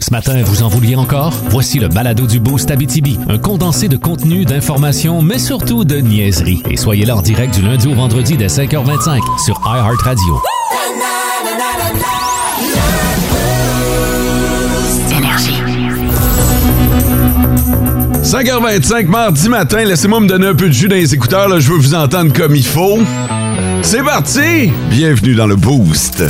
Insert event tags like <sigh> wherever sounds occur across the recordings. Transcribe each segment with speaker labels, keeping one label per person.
Speaker 1: Ce matin, vous en vouliez encore? Voici le balado du Boost Abitibi, un condensé de contenu, d'informations, mais surtout de niaiseries. Et soyez là en direct du lundi au vendredi dès 5h25 sur iHeartRadio.
Speaker 2: Énergie.
Speaker 3: 5h25, mardi matin, laissez-moi me donner un peu de jus dans les écouteurs, là, je veux vous entendre comme il faut. C'est parti! Bienvenue dans le Boost.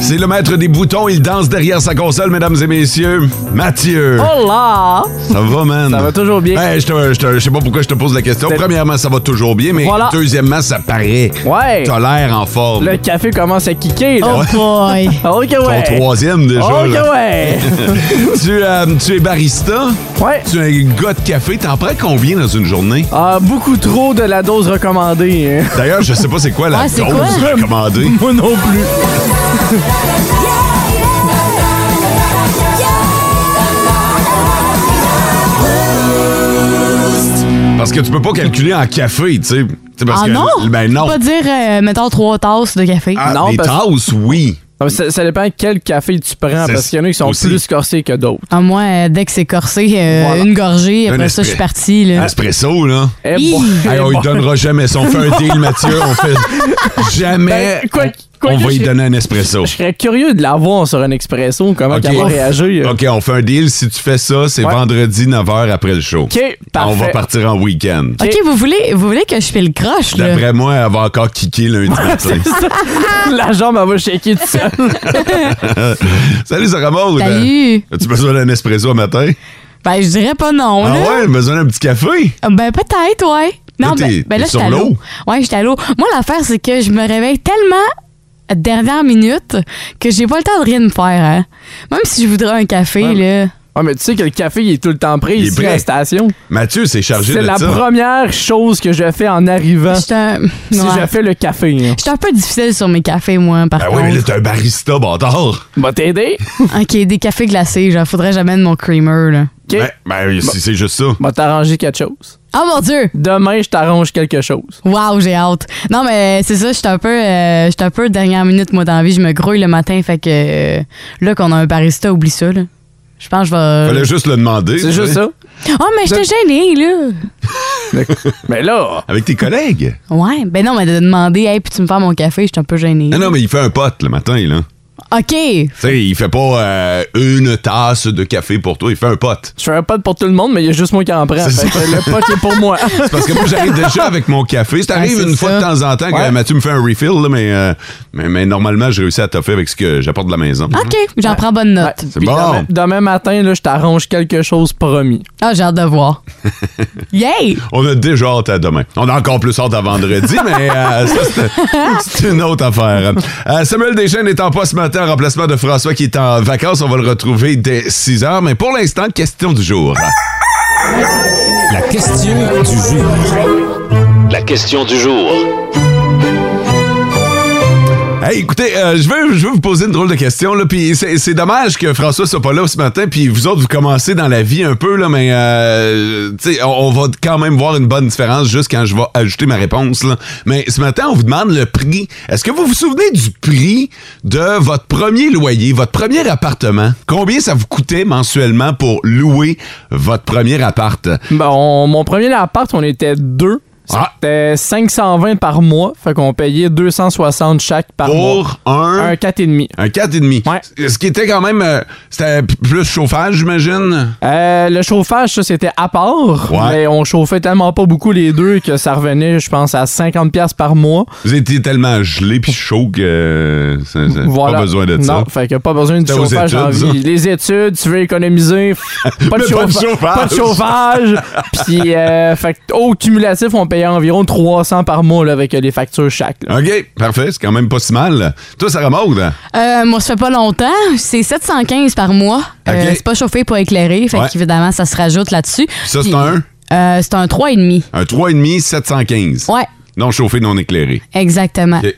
Speaker 3: C'est le maître des boutons, il danse derrière sa console, mesdames et messieurs, Mathieu.
Speaker 4: Hola!
Speaker 3: Ça va, man?
Speaker 4: Ça va toujours bien. Ben,
Speaker 3: Hey, je te- je te- je sais pas pourquoi je te pose la question. Premièrement, ça va toujours bien, mais
Speaker 4: Voilà.
Speaker 3: deuxièmement, ça paraît.
Speaker 4: Ouais.
Speaker 3: T'as l'air en forme.
Speaker 4: Le café commence à kicker, là. Ah,
Speaker 3: Ouais.
Speaker 5: Oh boy.
Speaker 4: Ok, ouais. Ah,
Speaker 3: Ton troisième déjà.
Speaker 4: Ok,
Speaker 3: là. <laughs>
Speaker 4: ouais.
Speaker 3: tu, euh, tu es barista,
Speaker 4: ouais.
Speaker 3: tu es un gars de café, t'en prends combien dans une journée?
Speaker 4: Ah, beaucoup trop de la dose recommandée. hein. <laughs>
Speaker 3: D'ailleurs, je sais pas c'est quoi la
Speaker 5: Ouais,
Speaker 3: dose
Speaker 5: c'est quoi?
Speaker 3: recommandée.
Speaker 4: Moi non plus.
Speaker 3: Parce que tu peux pas calculer en café, tu sais. Tu sais, <laughs> parce
Speaker 5: Ah
Speaker 3: que-
Speaker 5: non?
Speaker 3: Ben non.
Speaker 5: Tu peux pas dire, euh, mettons, trois tasses de café.
Speaker 3: Ah,
Speaker 4: Non,
Speaker 3: les
Speaker 4: parce-
Speaker 3: tasses, oui.
Speaker 4: Non, mais Ah, Ça, ça dépend quel café tu prends,
Speaker 3: C'est-
Speaker 4: parce qu'il y en a qui sont
Speaker 3: aussi.
Speaker 4: plus corsés que d'autres.
Speaker 5: Ah, moi, euh, dès que c'est corsé, euh,
Speaker 4: Voilà.
Speaker 5: une gorgée,
Speaker 3: Un
Speaker 5: après ça,
Speaker 3: esprit.
Speaker 5: je suis partie.
Speaker 4: Euh,
Speaker 5: Là.
Speaker 3: Espresso, là.
Speaker 4: Eh,
Speaker 5: Hi.
Speaker 4: bon.
Speaker 3: Hey, on
Speaker 4: Eh,
Speaker 3: lui
Speaker 4: bon.
Speaker 3: donnera jamais ça. On fait un deal, Mathieu. On fait jamais.
Speaker 4: Ben, quoi- quoi
Speaker 3: on
Speaker 4: que
Speaker 3: va lui
Speaker 4: je-
Speaker 3: donner un espresso.
Speaker 4: Je serais curieux de l'avoir sur un expresso, comment
Speaker 3: Ok.
Speaker 4: qu'elle va réagir.
Speaker 3: OK, on fait un deal. Si tu fais ça, c'est
Speaker 4: Ouais.
Speaker 3: vendredi 9h après le show.
Speaker 4: OK,
Speaker 3: On va
Speaker 4: parfait.
Speaker 3: partir en week-end.
Speaker 5: OK, vous voulez, vous voulez que je file croche, là?
Speaker 3: D'après moi, elle va encore kicker lundi matin.
Speaker 4: <laughs> La jambe, elle va shaker tout seul.
Speaker 3: <laughs> Salut, Sarah Maud.
Speaker 5: Salut.
Speaker 3: As-tu besoin d'un espresso au matin?
Speaker 5: Ben, je dirais pas non,
Speaker 3: Ah
Speaker 5: là.
Speaker 3: ouais, besoin d'un petit café?
Speaker 5: Ah, Ben, peut-être, ouais. Non,
Speaker 3: Là, t'es-
Speaker 5: ben, ben
Speaker 3: t'es
Speaker 5: là, je suis
Speaker 3: sur
Speaker 5: à
Speaker 3: l'eau.
Speaker 5: l'eau. Ouais, je suis à l'eau. Moi, l'affaire, c'est que je me réveille tellement à dernière minute que j'ai pas le temps de rien me faire, hein. Même si je voudrais un café,
Speaker 4: Ouais,
Speaker 5: là.
Speaker 4: Ah, mais tu sais que le café, il est tout le temps prêt
Speaker 3: Il est
Speaker 4: ici
Speaker 3: prêt.
Speaker 4: à la station.
Speaker 3: Mathieu s'est chargé de
Speaker 4: C'est la
Speaker 3: ça.
Speaker 4: première chose que je fais en arrivant
Speaker 3: Ah.
Speaker 5: Je suis un...
Speaker 4: si
Speaker 5: ouais.
Speaker 4: je fais le café. hein.
Speaker 5: Je suis un peu difficile sur mes cafés, moi, par
Speaker 3: Ah oui,
Speaker 5: contre.
Speaker 3: mais là, t'es un barista, bâtard.
Speaker 4: Va t'aider?
Speaker 5: OK, Hein, des cafés glacés, genre, faudrait jamais de mon creamer, là.
Speaker 4: OK.
Speaker 3: Ben, ben, c'est c'est juste ça.
Speaker 4: Va t'arranger quelque chose.
Speaker 5: Oh mon Dieu!
Speaker 4: Demain, je t'arrange quelque chose.
Speaker 5: Wow, j'ai hâte. Non, mais c'est ça, je suis un peu, euh, j'étais un peu dernière minute, moi, dans la vie. Je me grouille le matin, fait que euh, là qu'on a un barista, oublie ça, là. Je pense que je vais.
Speaker 3: Fallait juste le demander.
Speaker 4: Euh, C'est juste
Speaker 3: tu sais.
Speaker 4: ça.
Speaker 5: Oh, mais j'étais gênée, là.
Speaker 4: <laughs> Mais là,
Speaker 3: Avec tes collègues.
Speaker 5: Ouais, ben non, mais de demander, hey, puis tu me faire mon café, j'étais un peu gênée.
Speaker 3: Non, non, mais il fait un pote le matin, là.
Speaker 5: OK.
Speaker 3: Tu sais, il fait pas euh, une tasse de café pour toi, il fait un pote.
Speaker 4: je fais un pote pour tout le monde, mais il y a juste moi qui en prends.
Speaker 3: C'est
Speaker 4: Fait
Speaker 3: ça.
Speaker 4: que le pote est pour
Speaker 3: <laughs>
Speaker 4: moi.
Speaker 3: C'est parce que moi,
Speaker 5: <laughs>
Speaker 3: j'arrive déjà avec mon café. Ça arrive
Speaker 5: Ouais, c'est
Speaker 3: une fois de
Speaker 5: ça.
Speaker 3: temps en temps que
Speaker 4: Ouais.
Speaker 3: Mathieu me fait un refill, là, mais, euh, mais, mais normalement, je réussis à toffer avec ce que j'apporte de la maison.
Speaker 5: OK, j'en prends bonne
Speaker 4: Ouais.
Speaker 5: note.
Speaker 3: C'est
Speaker 4: Puis
Speaker 3: bon.
Speaker 4: Demain, demain matin, là, je t'arrange quelque chose, promis.
Speaker 5: Ah, j'ai hâte
Speaker 4: <laughs>
Speaker 5: de voir. Yay!
Speaker 3: On a déjà hâte à demain. On a encore plus hâte à vendredi, mais
Speaker 5: <laughs>
Speaker 3: euh, ça, c'est- c'est une autre affaire. Euh, Samuel Deschênes n'étant pas ce matin en remplacement de François qui est en vacances. On va le retrouver dès 6 heures. Mais pour l'instant, question du jour.
Speaker 1: La question du jour.
Speaker 6: La question du jour.
Speaker 3: Hey, écoutez, euh, je veux, je veux vous poser une drôle de question. Là, puis c'est, c'est dommage que François soit pas là ce matin. Puis vous autres, vous commencez dans la vie un peu, là, mais euh, tu sais, on, on va quand même voir une bonne différence juste quand je vais ajouter ma réponse. Là. Mais ce matin, on vous demande le prix. Est-ce que vous vous souvenez du prix de votre premier loyer, votre premier appartement? Combien ça vous coûtait mensuellement pour louer votre premier appart?
Speaker 4: Bon, Ben, mon premier appart, on était deux.
Speaker 3: Ah.
Speaker 4: C'était 520 par mois. Fait qu'on payait 260 chaque par mois.
Speaker 3: Pour un,
Speaker 4: Un 4,5.
Speaker 3: un 4,5.
Speaker 4: Ouais.
Speaker 3: Ce qui était quand même... euh, c'était p- plus chauffage, j'imagine?
Speaker 4: Euh, le chauffage, ça, c'était à part.
Speaker 3: Ouais.
Speaker 4: Mais on chauffait tellement pas beaucoup les deux que ça revenait, je pense, à 50$ par mois.
Speaker 3: Vous étiez tellement gelé puis chaud que euh, ça- ça-
Speaker 4: Voilà.
Speaker 3: pas besoin de ça.
Speaker 4: Non, fait que pas besoin du
Speaker 3: C'était aux
Speaker 4: chauffage en
Speaker 3: études,
Speaker 4: vie. Les études, tu veux
Speaker 3: <laughs>
Speaker 4: économiser, f- pas, de
Speaker 3: Mais pas de
Speaker 4: chauffa-
Speaker 3: chauffage.
Speaker 4: pas de chauffage. Puis, euh, fait que au cumulatif, on payait environ 300 par mois là, avec euh, les factures chaque. là.
Speaker 3: OK, parfait, c'est quand même pas si mal. Toi, Sarah Maud, hein?
Speaker 5: Euh, moi, ça fait pas longtemps. C'est 715 par mois. Euh,
Speaker 3: OK.
Speaker 5: c'est pas chauffé, pas éclairé. Fait
Speaker 3: Ouais.
Speaker 5: qu'évidemment, ça se rajoute là-dessus.
Speaker 3: ça, c'est
Speaker 5: Puis,
Speaker 3: un,
Speaker 5: euh, c'est un 3,5.
Speaker 3: un 3,5, 715.
Speaker 5: Ouais,
Speaker 3: Non chauffé, non éclairé.
Speaker 5: exactement.
Speaker 3: OK.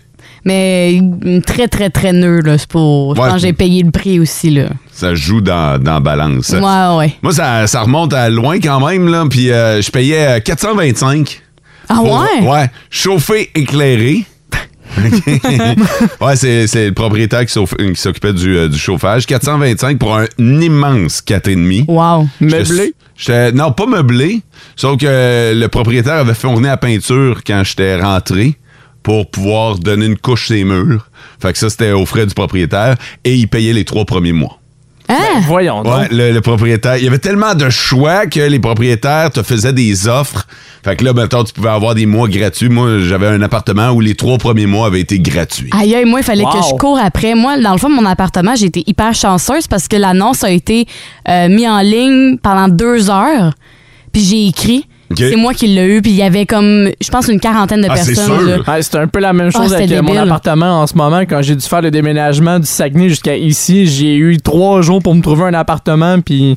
Speaker 5: Mais euh, très, très, très nœud, là. C'est pour. Je
Speaker 3: Ouais.
Speaker 5: pense que j'ai payé le prix aussi, là.
Speaker 3: Ça joue dans, dans balance.
Speaker 5: Ouais, ouais.
Speaker 3: Moi, ça, ça remonte à loin quand même, là. Puis euh, je payais euh, 425.
Speaker 5: Ah
Speaker 3: pour-
Speaker 5: ouais?
Speaker 3: Ouais. Chauffé,
Speaker 5: <laughs>
Speaker 3: éclairé. Ok. ouais, c'est, c'est le propriétaire qui, s'off- qui s'occupait du, euh, du chauffage. 425 pour un immense 4,5.
Speaker 5: Wow.
Speaker 4: Meublé.
Speaker 3: J'étais- non, pas meublé. Sauf que le propriétaire avait fourni la peinture quand j'étais rentré pour pouvoir donner une couche ses murs. Fait que ça, c'était aux frais du propriétaire. Et il payait les trois premiers mois. Ben,
Speaker 5: Hein?
Speaker 4: Voyons donc.
Speaker 3: Ouais, le, le propriétaire. Il y avait tellement de choix que les propriétaires te faisaient des offres. Fait que là, maintenant, tu pouvais avoir des mois gratuits. Moi, j'avais un appartement où les trois premiers mois avaient été gratuits.
Speaker 5: Aïe, aïe, moi, il fallait
Speaker 4: Wow.
Speaker 5: que je cours après. Moi, dans le fond, mon appartement, j'ai été hyper chanceuse parce que l'annonce a été euh, mise en ligne pendant deux heures. Puis j'ai écrit.
Speaker 3: Ok.
Speaker 5: C'est moi qui l'ai eu. Puis il y avait comme, je pense, une quarantaine de
Speaker 3: Ah, c'est
Speaker 5: personnes.
Speaker 3: sûr.
Speaker 5: là.
Speaker 4: Ouais, c'est un peu la même chose
Speaker 5: Ah,
Speaker 4: avec
Speaker 5: c'était
Speaker 4: euh, mon
Speaker 5: débile.
Speaker 4: appartement en ce moment. Quand j'ai dû faire le déménagement du Saguenay jusqu'à ici, j'ai eu trois jours pour me trouver un appartement, puis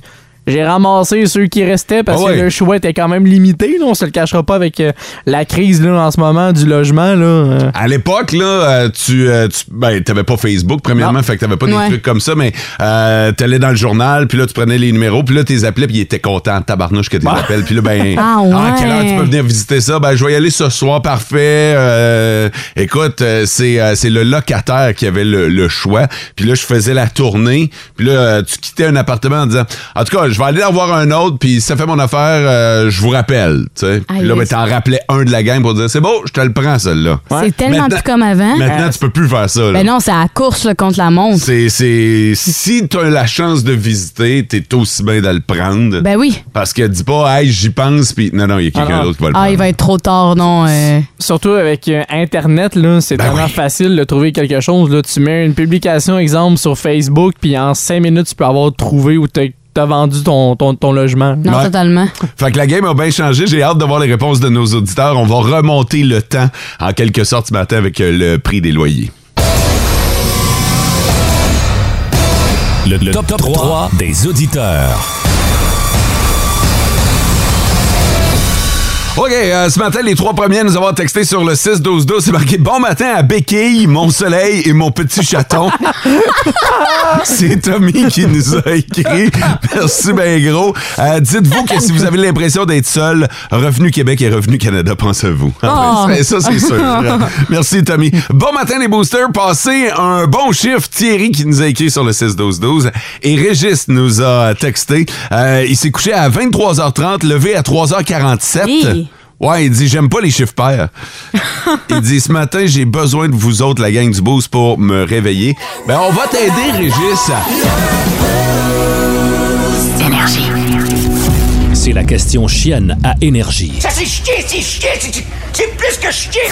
Speaker 4: j'ai ramassé ceux qui restaient parce
Speaker 3: Ah ouais.
Speaker 4: que le choix était quand même limité. Là, on se le cachera pas avec euh, la crise là, en ce moment du logement. Là, euh.
Speaker 3: À l'époque, là, euh, tu, euh, tu ben, t'avais pas Facebook, premièrement, fait que t'avais pas des
Speaker 5: Ouais.
Speaker 3: trucs comme ça, mais euh, t'allais dans le journal, puis là, tu prenais les numéros, puis là, t'es appelais, puis ils étaient contents, tabarnouche que t'es appels, puis là, ben,
Speaker 5: Bah. <laughs> Ah ouais.
Speaker 3: quelle heure tu peux venir visiter ça? Ben, je vais y aller ce soir, parfait. Euh, écoute, euh, c'est, euh, c'est le locataire qui avait le, le choix, puis là, je faisais la tournée, puis là, euh, tu quittais un appartement en disant, en tout cas, je vais aller en voir un autre, puis si ça fait mon affaire, euh, je vous rappelle, tu sais. Puis là,
Speaker 5: Aïe,
Speaker 3: ben, t'en rappelais un de la gang pour dire, c'est beau, je te le prends, celle-là.
Speaker 4: Ouais.
Speaker 5: C'est tellement
Speaker 3: Maintenant-
Speaker 5: plus comme avant. Euh,
Speaker 3: Maintenant, tu peux plus faire ça. là.
Speaker 5: Hein? Ben non, c'est à la course là, contre la montre.
Speaker 3: C'est, c'est, si t'as la chance de visiter, t'es aussi bien de le prendre.
Speaker 5: Ben oui.
Speaker 3: Parce que dis pas, hey, j'y pense, puis non, non, il y a quelqu'un
Speaker 4: Ah non.
Speaker 3: d'autre qui va le prendre.
Speaker 5: Ah, il va être trop tard, non. euh.
Speaker 4: Surtout avec euh, Internet, là, c'est tellement
Speaker 3: Ben oui.
Speaker 4: facile de trouver quelque chose. Là. Tu mets une publication, exemple, sur Facebook, puis en cinq minutes, tu peux avoir trouvé où t'as t'as vendu ton, ton, ton logement.
Speaker 5: Non,
Speaker 3: Ouais.
Speaker 5: totalement.
Speaker 3: Fait que la game a bien changé. J'ai hâte de voir les réponses de nos auditeurs. On va remonter le temps, en quelque sorte, ce matin avec euh, le prix des loyers.
Speaker 1: Le, le top, 3 des auditeurs.
Speaker 3: OK, euh, ce matin, les trois premiers à nous avoir texté sur le 6-12-12, c'est marqué « Bon matin à Béquille, mon soleil et mon petit chaton ». C'est Tommy qui nous a écrit. Merci ben gros. Euh, Dites-vous que si vous avez l'impression d'être seul, Revenu Québec et Revenu Canada pense à vous. Ah ouais, Ça, ça, c'est sûr. Merci Tommy. Bon matin les boosters. Passez un bon chiffre. Thierry qui nous a écrit sur le 6-12-12 et Régis nous a texté. Euh, il s'est couché à 23h30, levé à 3h47.
Speaker 5: Hey.
Speaker 3: Ouais, il dit j'aime pas les chiffres <laughs> pairs. il dit ce matin, j'ai besoin de vous autres la gang du boost pour me réveiller. Ben on va t'aider Régis.
Speaker 1: C'est la question chienne à énergie.
Speaker 2: Ça c'est chier, c'est chier, c'est- c'est- c'est plus que chier.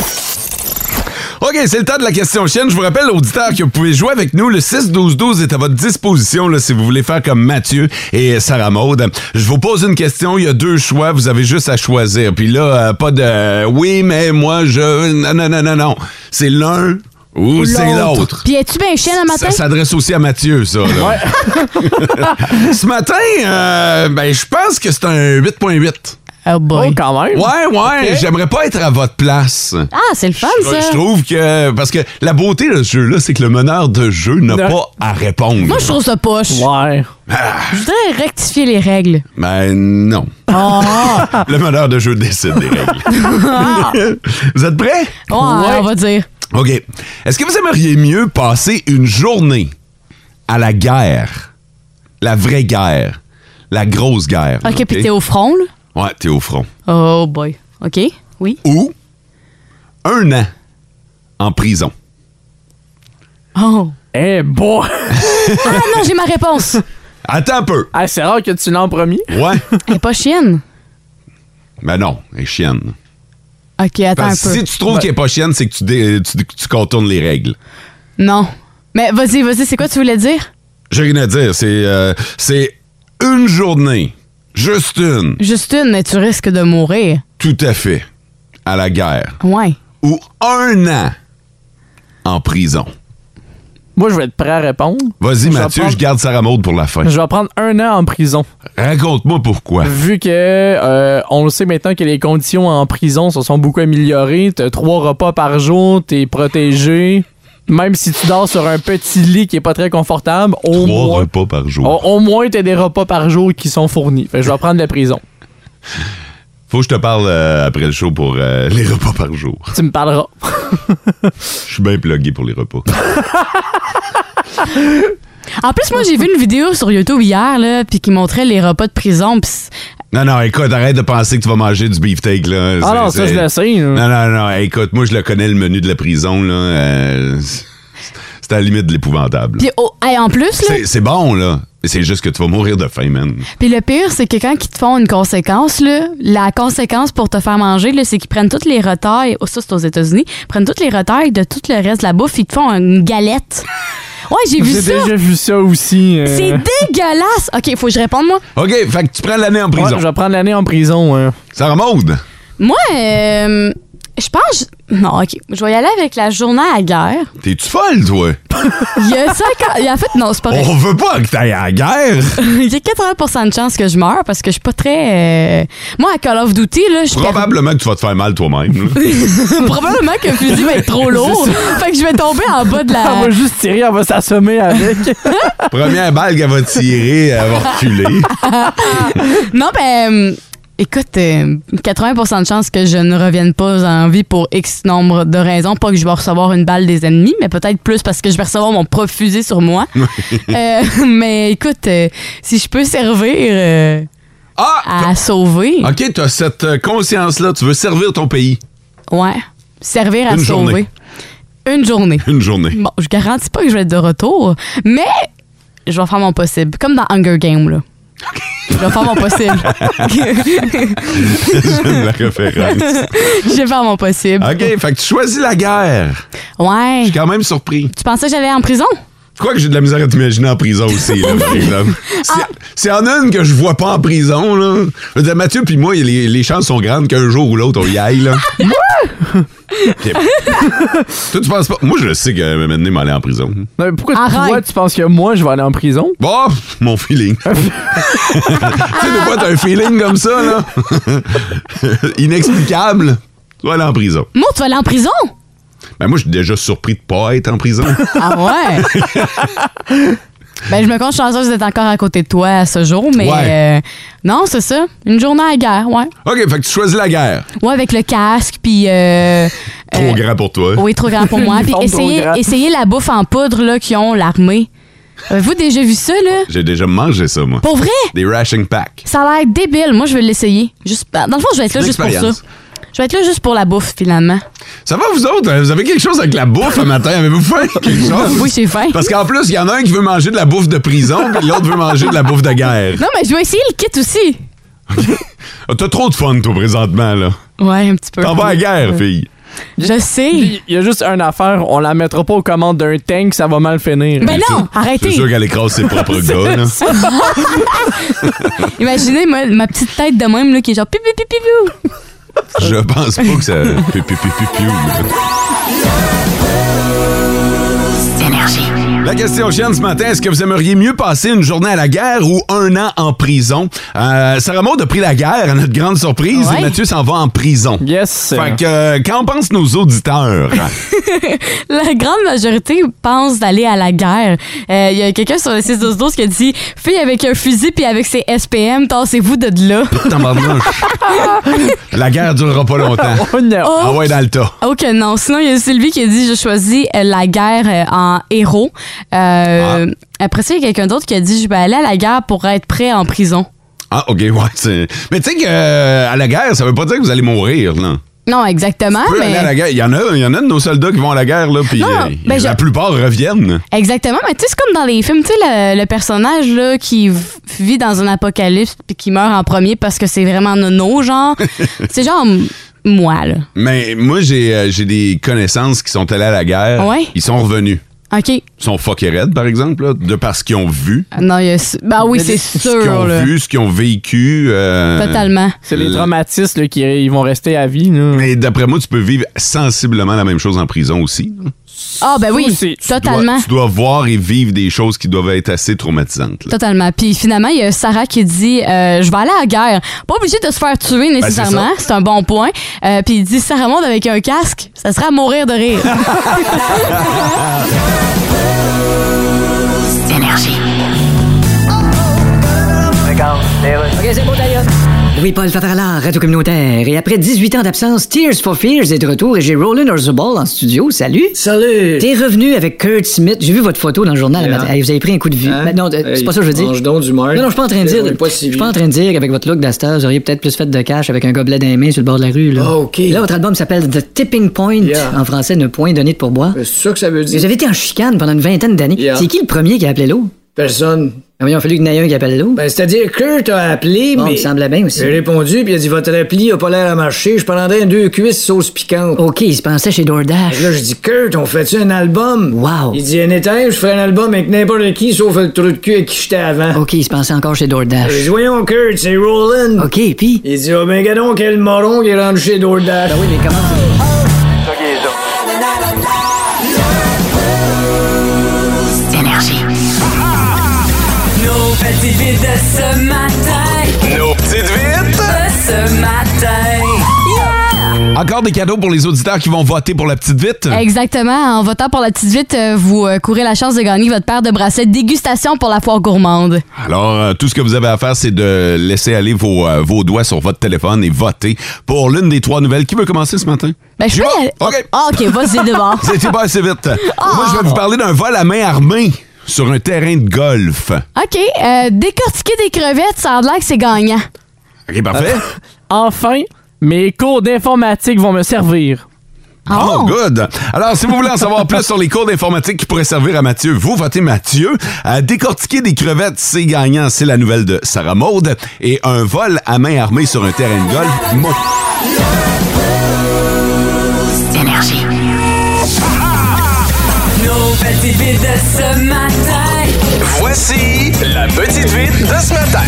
Speaker 3: OK, c'est le temps de la question chienne. Je vous rappelle, auditeur, que vous pouvez jouer avec nous. Le 6-12-12 est à votre disposition là, si vous voulez faire comme Mathieu et Sarah Maude. Je vous pose une question. Il y a deux choix. Vous avez juste à choisir. Puis là, euh, pas de euh, oui, mais moi, je. Non, non, non, non, non. C'est l'un ou c'est l'autre.
Speaker 5: Puis es-tu bien chien le matin?
Speaker 3: Ça s'adresse aussi à Mathieu, ça. là. <laughs> Ce matin, euh, ben, je pense que c'est un 8.8.
Speaker 5: Oh boy.
Speaker 4: Oh, quand même.
Speaker 3: Ouais, ouais, j'aimerais pas être à votre place.
Speaker 5: Ah, c'est le fun,
Speaker 3: Je-
Speaker 5: ça.
Speaker 3: Je trouve que. Parce que la beauté de ce jeu-là, c'est que le meneur de jeu n'a
Speaker 4: Non.
Speaker 3: pas à répondre.
Speaker 5: Moi, je trouve ça poche.
Speaker 4: Ouais.
Speaker 5: Je voudrais rectifier les règles.
Speaker 3: Ben non.
Speaker 5: Oh,
Speaker 3: <laughs> Le meneur de jeu décide des
Speaker 5: <laughs>
Speaker 3: règles. vous êtes prêts?
Speaker 5: oh, on va dire.
Speaker 3: OK. Est-ce que vous aimeriez mieux passer une journée à la guerre? La vraie guerre. La grosse guerre.
Speaker 5: OK,
Speaker 3: là,
Speaker 5: puis t'es au front, là?
Speaker 3: Ouais, t'es au front.
Speaker 5: Oh boy. OK, oui.
Speaker 3: Ou un an en prison.
Speaker 5: Oh.
Speaker 4: Eh, bon!
Speaker 5: Ah non, j'ai ma réponse.
Speaker 3: Attends un peu.
Speaker 4: <laughs> Ah, c'est rare que tu l'as en premier.
Speaker 3: Ouais.
Speaker 5: <laughs> Elle est pas chienne.
Speaker 3: ben non, elle est chienne.
Speaker 5: OK, attends
Speaker 3: Parce que
Speaker 5: un peu. Bah.
Speaker 3: si tu trouves qu'elle est pas chienne, c'est que tu, dé- tu, tu contournes les règles.
Speaker 5: Non. Mais vas-y, vas-y, c'est quoi tu voulais dire?
Speaker 3: J'ai rien à dire. C'est euh, c'est une journée, juste une,
Speaker 5: Juste une, mais tu risques de mourir.
Speaker 3: tout à fait, à la guerre.
Speaker 5: Ouais.
Speaker 3: Ou un an en prison.
Speaker 4: Moi, je vais être prêt à répondre.
Speaker 3: Vas-y,
Speaker 4: Je vais
Speaker 3: Mathieu,
Speaker 4: prendre-
Speaker 3: je garde Sarah Maud pour la fin.
Speaker 4: Je vais prendre un an en prison.
Speaker 3: Raconte-moi pourquoi.
Speaker 4: Vu que euh, on le sait maintenant que les conditions en prison se sont beaucoup améliorées, t'as trois repas par jour, t'es protégé. Même si tu dors sur un petit lit qui est pas très confortable, au
Speaker 3: Trois
Speaker 4: moins,
Speaker 3: repas par jour.
Speaker 4: au, au moins t'as des repas par jour qui sont fournis. Fait que je vais prendre la prison.
Speaker 3: Faut que je te parle euh, après le show pour euh, les repas par jour.
Speaker 4: Tu me parleras.
Speaker 3: Je suis bien plugué pour les repas.
Speaker 5: En plus, moi, j'ai vu une vidéo sur YouTube hier, là, puis qui montrait les repas de prison. Pis c-
Speaker 3: non, non, écoute, arrête de penser que tu vas manger du beefsteak. Là.
Speaker 4: Ah
Speaker 3: C'est-
Speaker 4: non, ça
Speaker 3: c'est-
Speaker 4: je le sais. là.
Speaker 3: Non, non, non, écoute, moi je le connais le menu de la prison. là. euh, c'est- c'est à la limite de l'épouvantable.
Speaker 5: Puis, oh, hey, en plus, là,
Speaker 3: C'est c'est bon, là. Mais c'est juste que tu vas mourir de faim, man.
Speaker 5: puis le pire, c'est que quand ils te font une conséquence, là, la conséquence pour te faire manger, là, c'est qu'ils prennent toutes les retailles, oh, ça c'est aux États-Unis, ils prennent toutes les retailles de tout le reste de la bouffe, ils te font une galette. Ouais, j'ai vu
Speaker 4: J'ai
Speaker 5: ça.
Speaker 4: déjà vu ça aussi. euh.
Speaker 5: C'est dégueulasse. OK, faut que je réponde, moi.
Speaker 3: OK, fait que tu prends l'année en
Speaker 4: Ouais,
Speaker 3: prison.
Speaker 4: je vais prendre l'année en prison.
Speaker 5: Euh.
Speaker 4: hein.
Speaker 3: Sarah Maud,
Speaker 5: Moi, euh, je pense. Non, OK. Je vais y aller avec la journée à la guerre.
Speaker 3: t'es-tu folle, toi?
Speaker 5: Il <laughs> y a 50. En fait, non, c'est pas vrai.
Speaker 3: On veut pas que t'ailles à la guerre.
Speaker 5: Il y a 80 de chances que je meure parce que je suis pas très. euh, Moi, à Call of Duty, là, je suis.
Speaker 3: Probablement que tu vas te faire mal toi-même. là.
Speaker 5: Probablement que le fusil va être <laughs> trop lourd. fait que je vais tomber en bas de la.
Speaker 4: Ah, On va juste tirer, on va s'assommer avec. <laughs>
Speaker 3: Première balle qu'elle va tirer, elle va reculer.
Speaker 5: Non, ben. euh, Écoute, euh, 80 de chances que je ne revienne pas en vie pour X nombre de raisons. Pas que je vais recevoir une balle des ennemis, mais peut-être plus parce que je vais recevoir mon propre fusil sur moi. <laughs> Euh, mais écoute, euh, si je peux servir euh,
Speaker 3: Ah!
Speaker 5: à sauver,
Speaker 3: OK, t'as cette euh, conscience-là. Tu veux servir ton pays.
Speaker 5: ouais, servir à
Speaker 3: Une
Speaker 5: sauver.
Speaker 3: journée.
Speaker 5: Une journée.
Speaker 3: Une journée. <laughs>
Speaker 5: Bon, je garantis pas que je vais être de retour, mais je vais faire mon possible. Comme dans Hunger Games, là. Je vais faire mon possible.
Speaker 3: <laughs> J'aime la référence.
Speaker 5: <laughs> je vais faire mon possible.
Speaker 3: OK, fait que tu choisis la guerre.
Speaker 5: Ouais.
Speaker 3: Je suis quand même surpris.
Speaker 5: Tu pensais que j'allais en prison?
Speaker 3: Quoi que j'ai de la misère à t'imaginer en prison aussi, là, par exemple. C'est en une que je vois pas en prison, là. Je veux dire, Mathieu puis moi, les, les chances sont grandes qu'un jour ou l'autre, on y aille, là. Ok. Toi, tu penses pas... Moi, je sais que maintenant, il m'allait en prison.
Speaker 4: Non, mais pourquoi
Speaker 5: Arrête.
Speaker 4: toi, tu penses que moi, je vais aller en prison?
Speaker 3: Bon, mon feeling. <laughs> tu sais, des fois, t'as un feeling comme ça, là. <laughs> Inexplicable. Tu vas aller en prison.
Speaker 5: Moi, tu vas aller en prison?
Speaker 3: Ben, moi, je suis déjà surpris de pas être en prison. <laughs>
Speaker 5: Ah ouais? <laughs> ben, je me compte chanceuse d'être encore à côté de toi à ce jour, mais
Speaker 3: Ouais.
Speaker 5: euh, non, c'est ça. Une journée à la guerre, ouais.
Speaker 3: OK, fait que tu choisis la guerre.
Speaker 5: Ouais, avec le casque, puis. <laughs> euh,
Speaker 3: Trop
Speaker 5: euh,
Speaker 3: grand pour toi.
Speaker 5: Oui, trop grand pour moi. Puis
Speaker 4: L'uniforme trop
Speaker 5: essayez,
Speaker 4: grand.
Speaker 5: essayez la bouffe en poudre là, qu'ils ont l'armée. Avez-vous déjà vu ça, là?
Speaker 3: J'ai déjà mangé ça, moi.
Speaker 5: Pour vrai?
Speaker 3: Des ration packs.
Speaker 5: Ça a l'air débile. Moi, je vais l'essayer. Juste, dans le fond, je vais être là
Speaker 3: Une
Speaker 5: juste pour ça.
Speaker 3: expérience.
Speaker 5: Je vais être là juste pour la bouffe, finalement.
Speaker 3: Ça va, vous autres? hein? Vous avez quelque chose avec la bouffe un matin? Avez-vous faim? Quelque chose?
Speaker 5: Ah Oui, j'ai faim.
Speaker 3: Parce qu'en plus, il y en a un qui veut manger de la bouffe de prison, puis l'autre veut manger de la bouffe de guerre.
Speaker 5: Non, mais je vais essayer le kit aussi.
Speaker 3: Ah, T'as trop de fun, toi, présentement, là.
Speaker 5: Ouais, un petit peu.
Speaker 3: T'en vas à la guerre, fille.
Speaker 5: Je sais.
Speaker 4: Il y a juste une affaire, on la mettra pas aux commandes d'un tank, ça va mal finir.
Speaker 5: Ben non,
Speaker 3: C'est
Speaker 5: arrêtez.
Speaker 3: sûr qu'elle écrase ses propres gars, là.
Speaker 5: <laughs> Imaginez ma, ma petite tête de même là, qui est genre pipi pipi pipi.
Speaker 3: Je pense pas que ça. Pi- pi- pi- pi- piou, là. La question chienne ce matin, est-ce que vous aimeriez mieux passer une journée à la guerre ou un an en prison? Euh, Sarah Maud a pris la guerre à notre grande surprise
Speaker 5: Ouais.
Speaker 3: et Mathieu s'en va en prison.
Speaker 4: Yes.
Speaker 3: Fait que, euh, qu'en pensent nos auditeurs?
Speaker 5: La grande majorité pense d'aller à la guerre. Euh, Il y a quelqu'un sur le 6 12 12 qui a dit Fille avec un fusil puis avec ses SPM, tassez-vous de là.
Speaker 3: Tabarnouche. la guerre durera pas longtemps.
Speaker 4: Oh non.
Speaker 5: Oh.
Speaker 3: Ah ouais, dans le tas.
Speaker 5: Oh que non. Sinon, il y a Sylvie qui a dit Je choisis euh, la guerre euh, en héros.
Speaker 3: Ah.
Speaker 5: Euh, Après ça, il y a quelqu'un d'autre qui a dit Je vais aller à la guerre pour être prêt en prison.
Speaker 3: Ah, ok, ouais. c'est- Mais tu sais que euh, à la guerre, ça veut pas dire que vous allez mourir, là.
Speaker 5: Non, exactement,
Speaker 3: Tu peux aller
Speaker 5: mais.
Speaker 3: à la guerre. Il y en a, il y en a de nos soldats qui vont à la guerre là, puis
Speaker 5: Non,
Speaker 3: euh,
Speaker 5: ben,
Speaker 3: la
Speaker 5: je-
Speaker 3: plupart reviennent.
Speaker 5: Exactement, mais tu sais, c'est comme dans les films, tu sais, le, le personnage là, qui v- vit dans un apocalypse puis qui meurt en premier parce que c'est vraiment nono, genre. c'est genre m- moi, là.
Speaker 3: Mais moi, j'ai, euh, j'ai des connaissances qui sont allées à la guerre.
Speaker 5: Ouais.
Speaker 3: Ils sont revenus.
Speaker 5: OK.
Speaker 3: Ils sont fuckés raides, par exemple, là, de parce qu'ils ont vu.
Speaker 5: Non, il y a. s- Ben oui,
Speaker 4: Mais
Speaker 5: c'est
Speaker 4: les-
Speaker 3: Ce qu'ils
Speaker 5: sûr,
Speaker 3: ont
Speaker 5: là.
Speaker 3: vu, ce qu'ils ont vécu. euh,
Speaker 5: Totalement.
Speaker 4: C'est les traumatismes là, qui ils vont rester à vie. là.
Speaker 3: Mais d'après moi, tu peux vivre sensiblement la même chose en prison aussi.
Speaker 5: Ah, ben oui,
Speaker 4: Aussi.
Speaker 3: Tu dois-
Speaker 5: totalement.
Speaker 3: Tu dois voir et vivre des choses qui doivent être assez traumatisantes. là.
Speaker 5: Totalement. Puis finalement, il y a Sarah qui dit euh, Je vais aller à la guerre. Pas obligé de se faire tuer nécessairement. c'est un bon point. Euh, puis il dit Si ça remonte avec un casque, ça serait à mourir de rire.
Speaker 7: Louis-Paul Favarala, Radio Communautaire. Et après 18 ans d'absence, Tears for Fears est de retour et j'ai Roland Orzabal en studio. Salut!
Speaker 8: Salut!
Speaker 7: T'es revenu avec Kurt Smith. J'ai vu votre photo dans le journal. le
Speaker 8: Yeah.
Speaker 7: matin. Hey, vous avez pris un coup de vue.
Speaker 8: Hein?
Speaker 7: Ben non, euh, c'est
Speaker 8: Hey,
Speaker 7: pas ça que je veux dire.
Speaker 8: mange donc du beurre.
Speaker 7: Non, non, je suis pas en train de dire.
Speaker 8: On est pas si
Speaker 7: Je suis pas
Speaker 8: vieux.
Speaker 7: en train de dire qu'avec votre look d'Astor, vous auriez peut-être plus fait de cash avec un gobelet dans les mains sur le bord de la rue. Là,
Speaker 8: Ah, OK.
Speaker 7: là votre album s'appelle The Tipping Point.
Speaker 8: Yeah. Euh,
Speaker 7: En français, ne point donné de pourboire.
Speaker 8: C'est ça que ça veut
Speaker 7: Vous
Speaker 8: dire?
Speaker 7: avez été en chicane pendant une vingtaine d'années.
Speaker 8: Yeah.
Speaker 7: C'est qui le premier qui a appelé l'eau?
Speaker 8: Personne.
Speaker 7: Ah, il a fallu qu'il y en ait un qui appelle l'eau.
Speaker 8: Ben, c'est-à-dire, Kurt a appelé,
Speaker 7: Bon,
Speaker 8: mais.
Speaker 7: il me semblait bien aussi.
Speaker 8: J'ai répondu, puis il a dit Votre appli a pas l'air à marcher, je prendrais un deux cuisses sauce piquante.
Speaker 7: OK, il se pensait chez DoorDash.
Speaker 8: Fait que Là, je dis Kurt, on fait-tu un album?
Speaker 7: Wow.
Speaker 8: Il dit Un étage, je ferai un album avec n'importe qui, sauf le trou de cul avec qui j'étais avant.
Speaker 7: OK, il se pensait encore chez
Speaker 8: J'ai
Speaker 7: DoorDash.
Speaker 8: dit Voyons, Kurt, c'est Roland.
Speaker 7: OK, puis.
Speaker 8: Il dit Oh, ben, regarde donc quel moron qui est rendu chez DoorDash.
Speaker 7: Ah oui, mais comment.
Speaker 9: Nos petites vites de ce matin,
Speaker 3: Nos petites vites!
Speaker 9: de ce matin.
Speaker 3: Encore des cadeaux pour les auditeurs qui vont voter pour la petite vite. <laughs>
Speaker 5: Exactement. En votant pour la petite vite, euh, vous euh, courez la chance de gagner votre paire de bracelets dégustation pour la foire gourmande.
Speaker 3: Alors, euh, tout ce que vous avez à faire, c'est de laisser aller vos, euh, vos doigts sur votre téléphone et voter pour l'une des trois nouvelles. Qui veut commencer ce matin?
Speaker 5: Ben, je
Speaker 3: J'y
Speaker 5: peux
Speaker 3: vais.
Speaker 5: y aller.
Speaker 3: OK.
Speaker 5: Ah, OK, vas-y
Speaker 3: <laughs>
Speaker 5: dehors.
Speaker 3: C'était pas assez vite.
Speaker 5: Ah.
Speaker 3: Moi, je vais vous parler d'un vol à main armée sur un terrain de golf.
Speaker 5: OK, euh, décortiquer des crevettes, ça a l'air que c'est gagnant.
Speaker 3: OK, parfait.
Speaker 5: Ah.
Speaker 4: Enfin, mes cours d'informatique vont me servir.
Speaker 5: Ah,
Speaker 3: Oh, good. Alors, si vous voulez en savoir plus sur les cours d'informatique qui pourraient servir à Mathieu, vous votez Mathieu. À décortiquer des crevettes, c'est gagnant. C'est la nouvelle de Sarah Maude. Et un vol à main armée sur un terrain de golf. Moi,
Speaker 9: Nos petites vites de ce matin,
Speaker 10: Voici la petite vite de ce matin.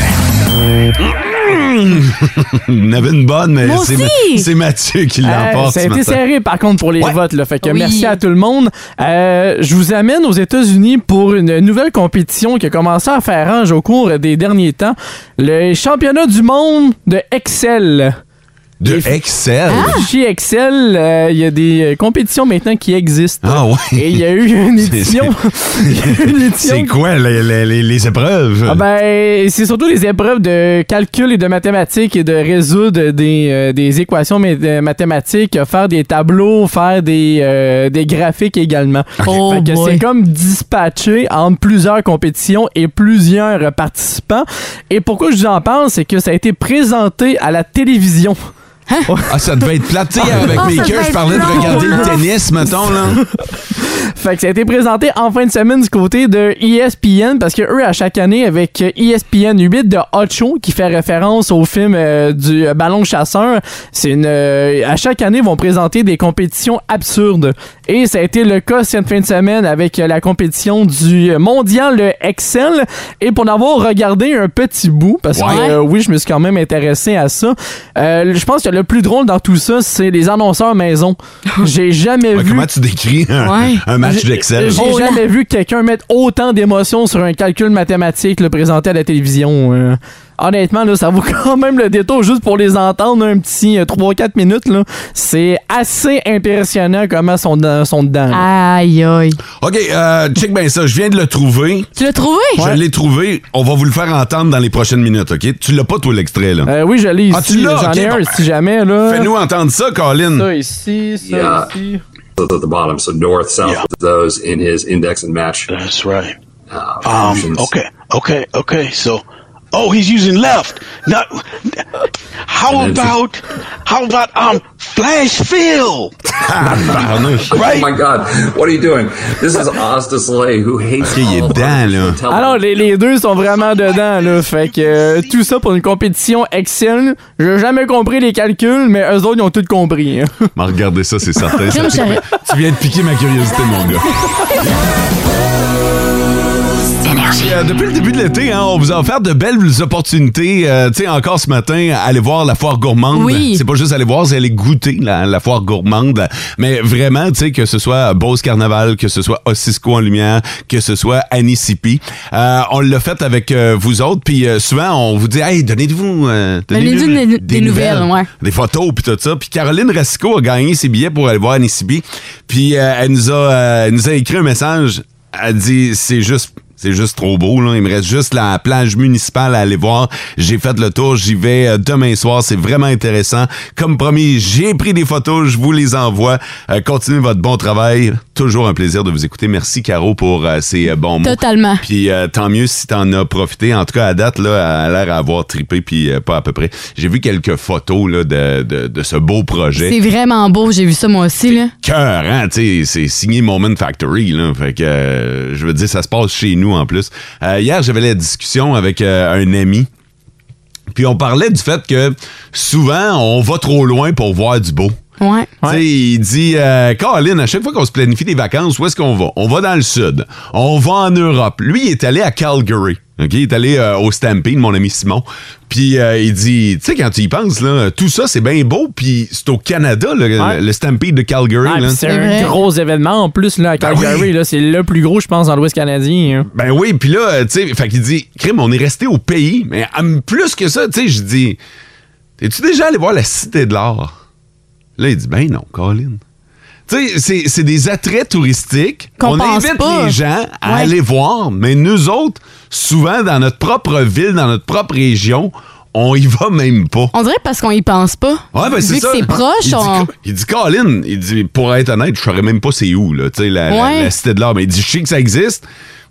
Speaker 3: j'en avais une bonne, mais
Speaker 5: Moi
Speaker 3: c'est,
Speaker 5: aussi.
Speaker 3: Ma- c'est Mathieu qui
Speaker 4: Euh,
Speaker 3: l'emporte.
Speaker 4: ça a
Speaker 3: ce
Speaker 4: été
Speaker 3: matin.
Speaker 4: serré par contre pour les
Speaker 3: Ouais.
Speaker 4: votes. Là, fait que
Speaker 5: Oui.
Speaker 4: Merci à tout le monde. Euh, je vous amène aux États-Unis pour une nouvelle compétition qui a commencé à faire rage au cours des derniers temps. Le championnat du monde de Excel.
Speaker 3: De Excel.
Speaker 4: Chez Excel, euh, il y a des euh, compétitions maintenant qui existent.
Speaker 3: Ah ouais.
Speaker 4: Et il y a eu une
Speaker 3: <laughs> C'est-
Speaker 4: édition. <laughs> il y a eu une édition
Speaker 3: C'est quoi les, les- les- les épreuves?
Speaker 4: Ah ben, c'est surtout les épreuves de calcul et de mathématiques et de résoudre des, euh, des équations mais- de mathématiques, euh, faire des tableaux, faire des, euh, des graphiques également.
Speaker 5: Oh
Speaker 4: Fait que
Speaker 5: boy.
Speaker 4: c'est comme dispatché entre plusieurs compétitions et plusieurs euh, participants. Et pourquoi je vous en parle, c'est que ça a été présenté à la télévision.
Speaker 3: Ah, ça devait être plate. Tu sais, avec
Speaker 5: Ah,
Speaker 3: mes
Speaker 5: ça
Speaker 3: cœurs,
Speaker 5: devait
Speaker 3: je parlais de
Speaker 5: être
Speaker 3: regarder
Speaker 5: long,
Speaker 3: le
Speaker 5: là.
Speaker 3: tennis, mettons, là.
Speaker 4: Fait que ça a été présenté en fin de semaine du côté de E ESPN parce que eux à chaque année avec E ESPN 8 de Ocho qui fait référence au film euh, du euh, ballon chasseur, c'est une euh, à chaque année vont présenter des compétitions absurdes et ça a été le cas cette fin de semaine avec euh, la compétition du mondial le Excel et pour en avoir regardé un petit bout parce
Speaker 5: Ouais.
Speaker 4: que euh, oui, je me suis quand même intéressé à ça. euh, je pense que le plus drôle dans tout ça, c'est les annonceurs
Speaker 3: <laughs>
Speaker 4: maison. <laughs> J'ai jamais
Speaker 3: Ouais,
Speaker 4: vu
Speaker 3: Ah, comment tu décris un,
Speaker 5: Ouais.
Speaker 3: un match
Speaker 4: j'ai-
Speaker 3: d'Excel?
Speaker 4: J'ai jamais vu quelqu'un mettre autant d'émotions sur un calcul mathématique le présenté à la télévision. euh. honnêtement, là, ça vaut <laughs> quand même le détour juste pour les entendre un petit euh, 3-4 minutes. là. C'est assez impressionnant comment sont, dans- sont dedans.
Speaker 5: Ah.
Speaker 4: là.
Speaker 5: Aïe, aïe.
Speaker 3: OK, euh, check bien ça. Je viens de le trouver.
Speaker 5: Tu l'as trouvé?
Speaker 3: Je l'ai trouvé. On va vous le faire entendre dans les prochaines minutes, OK? Tu l'as pas, toi, l'extrait, là.
Speaker 4: Euh, oui, je l'ai
Speaker 3: Ah,
Speaker 4: ici.
Speaker 3: tu
Speaker 4: là,
Speaker 3: l'as?
Speaker 4: J'en
Speaker 3: Ok,
Speaker 4: ai un
Speaker 3: bon.
Speaker 4: si jamais. Là.
Speaker 3: Fais-nous entendre ça, Colin.
Speaker 4: Ça ici, ça
Speaker 11: Yeah.
Speaker 4: ici.
Speaker 11: those at the bottom. So north, south, those in his index and match.
Speaker 10: That's right.
Speaker 11: Uh,
Speaker 10: Um,
Speaker 11: functions.
Speaker 10: okay, okay, okay. So, oh, he's using left. Now, how
Speaker 11: And then-
Speaker 10: about how about um flash fill?
Speaker 3: Tabarnouche.
Speaker 11: Oh
Speaker 10: Right?
Speaker 11: my God, what are you doing? This is Asta Slay, who hates
Speaker 3: Okay,
Speaker 11: all
Speaker 3: you're
Speaker 11: of
Speaker 3: done,
Speaker 11: artificial
Speaker 3: huh?
Speaker 11: intelligence.
Speaker 4: Alors, les, les deux sont vraiment dedans, là. Fait que euh, tout ça pour une compétition Excel. J'ai jamais compris les calculs, mais eux autres, ils ont tout compris. hein.
Speaker 3: Mais regardez ça, c'est certain.
Speaker 5: Crime,
Speaker 3: Ça-
Speaker 5: j'aurais-
Speaker 3: tu viens de piquer ma curiosité, mon gars. Puis, euh, depuis le début de l'été, hein, on vous a offert de belles opportunités. Euh, tu sais, encore ce matin, aller voir la foire gourmande.
Speaker 5: Oui.
Speaker 3: C'est pas juste aller voir, c'est aller goûter la, la foire gourmande. Mais vraiment, tu sais, que ce soit Beauce Carnaval, que ce soit Ossisco en lumière, que ce soit Anissippi, euh, on l'a fait avec euh, vous autres. Puis euh, souvent, on vous dit, hey, donnez-vous euh, donnez-nous
Speaker 5: Donnez-nous des- des nouvelles, ouais.
Speaker 3: des photos puis tout ça. Puis Caroline Racicot a gagné ses billets pour aller voir Anissippi. Puis euh, elle nous a euh, elle nous a écrit un message. Elle dit c'est juste c'est juste trop beau là, il me reste juste la plage municipale à aller voir. J'ai fait le tour, j'y vais euh, demain soir, c'est vraiment intéressant. Comme promis, j'ai pris des photos, je vous les envoie. Euh, continuez votre bon travail, toujours un plaisir de vous écouter. Merci Caro pour euh, ces euh, bons mots.
Speaker 5: Totalement.
Speaker 3: Puis euh, tant mieux si t'en as profité. En tout cas, à date, là, elle a l'air d'avoir trippé, puis euh, pas à peu près. J'ai vu quelques photos là, de, de, de ce beau projet.
Speaker 5: C'est vraiment beau, j'ai vu ça moi aussi. Là.
Speaker 3: Cœur, hein, tu sais, c'est signé Moment Factory, là. Fait que, euh, je veux dire, ça se passe chez nous en plus. Euh, hier, j'avais la discussion avec euh, un ami, puis on parlait du fait que souvent, on va trop loin pour voir du beau.
Speaker 5: Ouais.
Speaker 3: Tu sais, Il dit, euh, Colin, à chaque fois qu'on se planifie des vacances, où est-ce qu'on va? On va dans le sud. On va en Europe. Lui, il est allé à Calgary. OK? Il est allé euh, au Stampede, mon ami Simon. Puis euh, il dit, tu sais, quand tu y penses, là, tout ça, c'est bien beau. Puis c'est au Canada, le,
Speaker 4: Ouais.
Speaker 3: le Stampede de Calgary.
Speaker 4: Ah,
Speaker 3: là.
Speaker 4: puis c'est un gros événement en plus là, à Calgary. là, c'est le plus gros, je pense, dans l'Ouest canadien. hein.
Speaker 3: Ben oui, puis là, euh, tu sais, fait qu'il dit, crime, on est resté au pays, mais hum, plus que ça, tu sais, je dis, es-tu déjà allé voir la Cité de l'Art? Là, il dit, ben non, Colin. Tu sais, c'est- c'est des attraits touristiques.
Speaker 5: Qu'on
Speaker 3: on
Speaker 5: pense
Speaker 3: invite
Speaker 5: pas.
Speaker 3: les gens à
Speaker 5: Ouais.
Speaker 3: aller voir, mais nous autres, souvent, dans notre propre ville, dans notre propre région, on y va même pas.
Speaker 5: On dirait parce qu'on y pense pas.
Speaker 3: Ouais, ben
Speaker 5: Vu
Speaker 3: c'est
Speaker 5: que
Speaker 3: ça.
Speaker 5: c'est proche,
Speaker 3: il
Speaker 5: on-
Speaker 3: Dit, il dit, Colin, il dit, pour être honnête, je saurais même pas c'est où, là, tu sais, la, la-
Speaker 5: Ouais.
Speaker 3: la cité de l'art. Mais il dit, je sais que ça existe.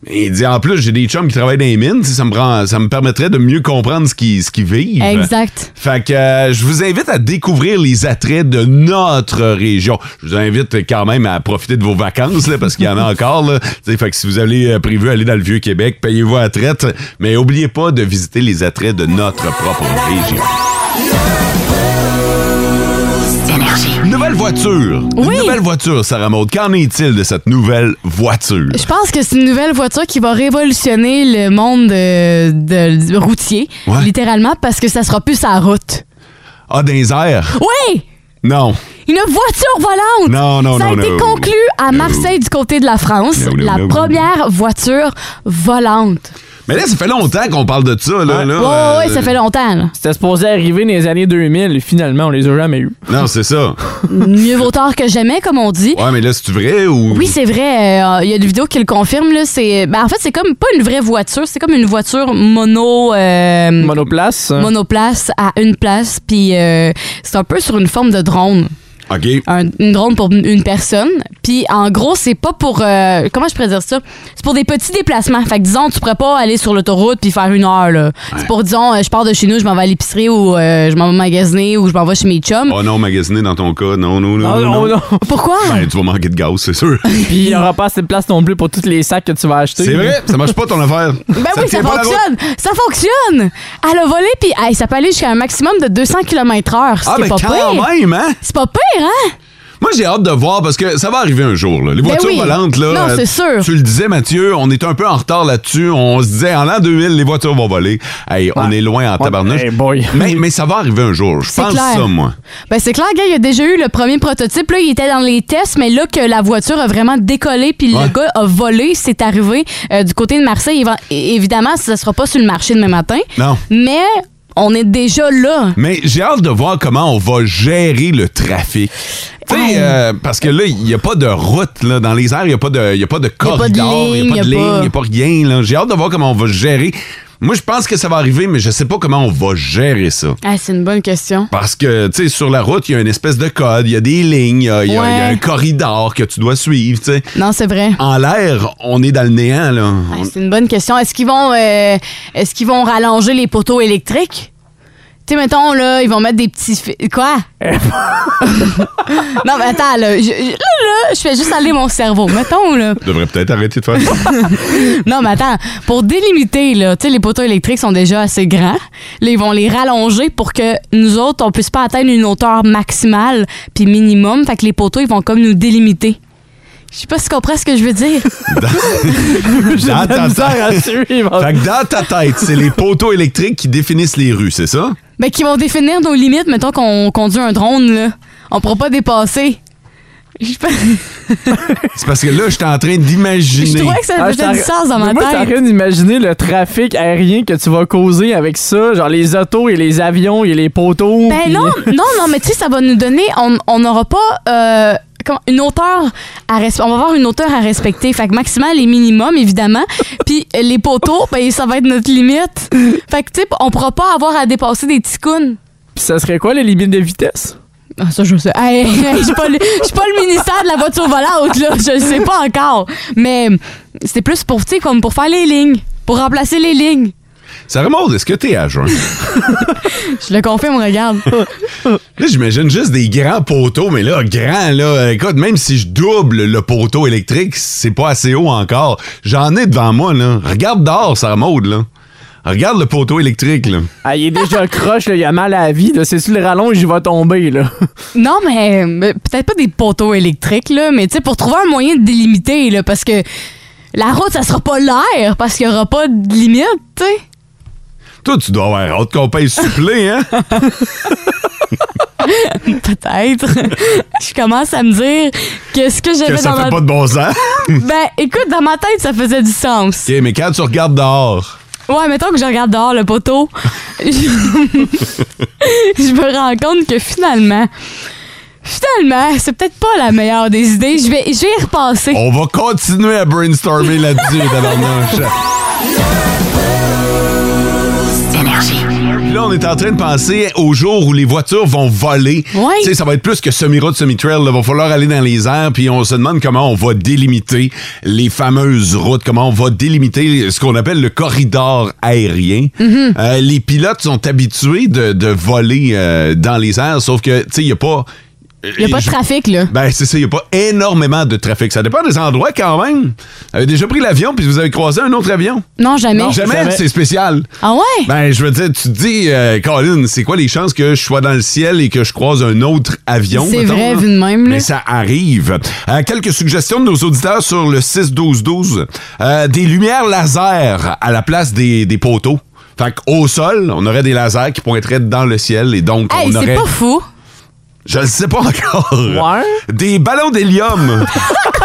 Speaker 3: Mais il dit, en plus, j'ai des chums qui travaillent dans les mines, tu sais, ça me, prend, ça me permettrait de mieux comprendre ce qu'ils ce qu'ils vivent.
Speaker 5: Exact.
Speaker 3: Fait que euh, je vous invite à découvrir les attraits de notre région. Je vous invite quand même à profiter de vos vacances, là, parce qu'il y en a encore. Là. Tu sais, Fait que si vous avez euh, prévu aller dans le Vieux-Québec, payez-vous à la traite, mais oubliez pas de visiter les attraits de notre propre région. Une Nouvelle voiture. Une nouvelle voiture, Sarah Maud. Qu'en est-il de cette nouvelle voiture?
Speaker 5: Je pense que c'est une nouvelle voiture qui va révolutionner le monde euh, de, de- routier,
Speaker 3: Ouais.
Speaker 5: littéralement, parce que ça sera plus sa route.
Speaker 3: Ah, dans les airs?
Speaker 5: Oui!
Speaker 3: Non.
Speaker 5: Une voiture volante!
Speaker 3: Non, non,
Speaker 5: Ça a
Speaker 3: non,
Speaker 5: été
Speaker 3: non.
Speaker 5: conclu à Marseille du côté de la France,
Speaker 3: Non, non,
Speaker 5: la
Speaker 3: non.
Speaker 5: première voiture volante.
Speaker 3: Mais là, ça fait longtemps qu'on parle de ça, là. là.
Speaker 5: Ouais,
Speaker 3: Euh,
Speaker 5: ouais, ça fait longtemps. là.
Speaker 4: C'était supposé arriver dans les années 2000 et finalement, on les a jamais eu.
Speaker 3: Non, c'est ça.
Speaker 5: Mieux vaut tard que jamais, comme on dit.
Speaker 3: Ouais, mais là, c'est vrai ou.
Speaker 5: Oui, c'est vrai. euh, Il y a des vidéos qui le confirment. Là, c'est, ben, en fait, c'est comme pas une vraie voiture, c'est comme une voiture mono. euh,
Speaker 3: Mm.
Speaker 4: Monoplace.
Speaker 5: monoplace à une place, puis euh, c'est un peu sur une forme de drone.
Speaker 3: OK.
Speaker 5: Un- une drone pour une personne. Puis en gros, c'est pas pour. euh, comment je pourrais dire ça? C'est pour des petits déplacements. Fait que disons, tu pourrais pas aller sur l'autoroute puis faire une heure. là. C'est pour, disons, euh, je pars de chez nous, je m'en vais à l'épicerie ou euh, je m'en vais magasiner ou je m'en vais chez mes chums.
Speaker 3: Oh non, magasiner dans ton cas. Non, non, Oh, non.
Speaker 4: Ah, non,
Speaker 5: Pourquoi?
Speaker 3: Ben, tu vas manquer de gaz, c'est
Speaker 4: <laughs>
Speaker 3: sûr.
Speaker 4: Puis il n'y aura pas assez de place non plus pour tous les sacs que tu vas acheter.
Speaker 3: c'est vrai, ça marche pas ton affaire.
Speaker 5: Ben oui, ça
Speaker 3: tient pas la route.
Speaker 5: fonctionne! Ça fonctionne! Elle a volé, puis hey, ça peut aller jusqu'à un maximum de 200 km/h.
Speaker 3: Ah, ben
Speaker 5: pas
Speaker 3: quand
Speaker 5: pire.
Speaker 3: même, hein?
Speaker 5: C'est pas pire, hein?
Speaker 3: Moi, j'ai hâte de voir parce que ça va arriver un jour. Là. Les
Speaker 5: Ben
Speaker 3: voitures
Speaker 5: oui.
Speaker 3: volantes, là,
Speaker 5: Non,
Speaker 3: euh,
Speaker 5: c'est sûr.
Speaker 3: tu le disais, Mathieu, on est un peu en retard là-dessus. On se disait, en l'an 2000, les voitures vont voler. Hey, on est loin en tabarnouche.
Speaker 4: Hey, boy.
Speaker 3: <laughs> Mais, mais ça va arriver un jour. Je
Speaker 5: C'est
Speaker 3: pense
Speaker 5: clair.
Speaker 3: ça, moi.
Speaker 5: Ben c'est clair, gars, il y a déjà eu le premier prototype. Là, il était dans les tests, mais là que la voiture a vraiment décollé puis
Speaker 3: Ouais.
Speaker 5: le gars a volé, c'est arrivé euh, du côté de Marseille. Évi- é- Évidemment, ça sera pas sur le marché demain matin.
Speaker 3: Non.
Speaker 5: Mais on est déjà là.
Speaker 3: Mais j'ai hâte de voir comment on va gérer le trafic. Tu sais, euh, parce que là, il n'y a pas de route. Là. Dans les airs, il n'y a, pas de- il y a pas de
Speaker 5: pas de
Speaker 3: corridor, il n'y a pas de ligne,
Speaker 5: ligne, il y a
Speaker 3: il
Speaker 5: pas-
Speaker 3: n'y a pas rien. là. J'ai hâte de voir comment on va gérer. Moi, je pense que ça va arriver, mais je sais pas comment on va gérer ça.
Speaker 5: Ah, c'est une bonne question.
Speaker 3: Parce que, tu sais, sur la route, il y a une espèce de code, il y a des lignes, il y, a- il y a il y a
Speaker 5: Ouais.
Speaker 3: un corridor que tu dois suivre, tu sais.
Speaker 5: Non, c'est vrai.
Speaker 3: En l'air, on est dans le néant, là.
Speaker 5: Ah,
Speaker 3: On-
Speaker 5: c'est une bonne question. Est-ce qu'ils vont, euh, est-ce qu'ils vont rallonger les poteaux électriques? Tu sais, mettons, là, ils vont mettre des petits... fi-
Speaker 3: <laughs>
Speaker 5: Quoi? non, mais attends, là, je, je- là, là, je fais juste aller mon cerveau. Mettons, là,
Speaker 3: On devrait peut-être arrêter de faire
Speaker 5: <laughs>
Speaker 3: ça.
Speaker 5: Non, mais attends, pour délimiter, là, tu sais, les poteaux électriques sont déjà assez grands. Là, ils vont les rallonger pour que nous autres, on puisse pas atteindre une hauteur maximale puis minimum. Fait que les poteaux, ils vont comme nous délimiter. Je sais pas si tu comprends ce que je veux dire.
Speaker 3: Dans ta tête. <laughs> Fait que dans ta tête, c'est les poteaux électriques qui définissent les rues, c'est ça?
Speaker 5: Ben, qui vont définir nos limites, mettons qu'on conduit un drone, là. On pourra pas dépasser. Je sais pas-
Speaker 3: C'est parce que là, j'étais en train
Speaker 5: Je
Speaker 3: d'imaginer.
Speaker 5: trouvais que ça faisait
Speaker 4: t'as-
Speaker 5: du sens dans
Speaker 4: Ah,
Speaker 5: ma
Speaker 4: mais moi,
Speaker 5: tête.
Speaker 4: t'as rien d'imaginer le trafic aérien que tu vas causer avec ça, genre les autos et les avions et les poteaux.
Speaker 5: Ben
Speaker 4: puis-
Speaker 5: non, non, non, mais tu sais, ça va nous donner, on on n'aura pas euh, comment- une hauteur à respecter. On va avoir une hauteur à respecter. Fait que maximal et minimum, évidemment. Puis euh, les poteaux, ben ça va être notre limite. Fait que tu sais, on pourra pas avoir à dépasser des ticounes.
Speaker 4: Puis ça serait quoi les limites de vitesse?
Speaker 5: Ah, ça, je sais. Hey, <laughs> hey, je suis pas, le- je suis pas le ministère de la voiture volante, là. Je le sais pas encore. Mais c'est plus pour, tu sais, comme pour faire les lignes. Pour remplacer les lignes.
Speaker 3: Ça remonte, est-ce que t'es à jeun?
Speaker 5: Je le confirme, regarde.
Speaker 3: Là, j'imagine juste des grands poteaux, mais là, grand, là, euh, écoute, même si je double le poteau électrique, c'est pas assez haut encore. J'en ai devant moi, là. Regarde dehors, ça remonte, là. Regarde le poteau électrique, là.
Speaker 4: Ah, il est déjà <laughs> croche, là, il a mal à la vie. là. C'est sur le rallonge, il va tomber. Là.
Speaker 5: Non, mais, mais peut-être pas des poteaux électriques, là, mais tu sais, pour trouver un moyen de délimiter, là, parce que la route, ça sera pas l'air, parce qu'il y aura pas de limite, tu sais.
Speaker 3: Toi, tu dois avoir hâte qu'on paye supplé, hein?
Speaker 5: Peut-être. <laughs> Je commence à me dire que ce que j'avais
Speaker 3: que
Speaker 5: dans
Speaker 3: ça fait
Speaker 5: ma...
Speaker 3: pas de bon sens.
Speaker 5: Ben, écoute, dans ma tête, ça faisait du sens.
Speaker 3: OK, mais quand tu regardes dehors,
Speaker 5: Ouais, mettons que je regarde dehors le poteau. <laughs> je... je me rends compte que finalement, finalement, c'est peut-être pas la meilleure des idées. Je vais, je vais y repasser.
Speaker 3: on va continuer à brainstormer là-dessus, tabarnouche. Puis Là, on est en train de penser au jour où les voitures vont voler. Tu sais, ça va être plus que semi-route, semi-trail. Il va falloir aller dans les airs, puis on se demande comment on va délimiter les fameuses routes, comment on va délimiter ce qu'on appelle le corridor aérien. Euh, les pilotes sont habitués de, de voler euh, dans les airs, sauf que, tu sais, il n'y a pas...
Speaker 5: Il n'y a pas de
Speaker 3: Je-
Speaker 5: trafic, là.
Speaker 3: Ben, c'est ça, il n'y a pas énormément de trafic. Ça dépend des endroits quand même. Vous avez déjà pris l'avion, puis vous avez croisé un autre avion.
Speaker 5: Non, jamais.
Speaker 3: jamais, c'est spécial.
Speaker 5: Ah ouais?
Speaker 3: Ben, je veux dire, tu te dis, euh, Colin, c'est quoi les chances que je sois dans le ciel et que je croise un autre avion?
Speaker 5: C'est
Speaker 3: mettons,
Speaker 5: vrai,
Speaker 3: là?
Speaker 5: vu de même, là.
Speaker 3: Mais ça arrive. Euh, quelques suggestions de nos auditeurs sur le 6-12-12. Euh, des lumières laser à la place des, des poteaux. Fait qu'au sol, on aurait des lasers qui pointeraient dans le ciel et donc
Speaker 5: Hey,
Speaker 3: on
Speaker 5: c'est
Speaker 3: aurait...
Speaker 5: pas fou.
Speaker 3: Je le sais pas encore. Des ballons d'hélium. Oh,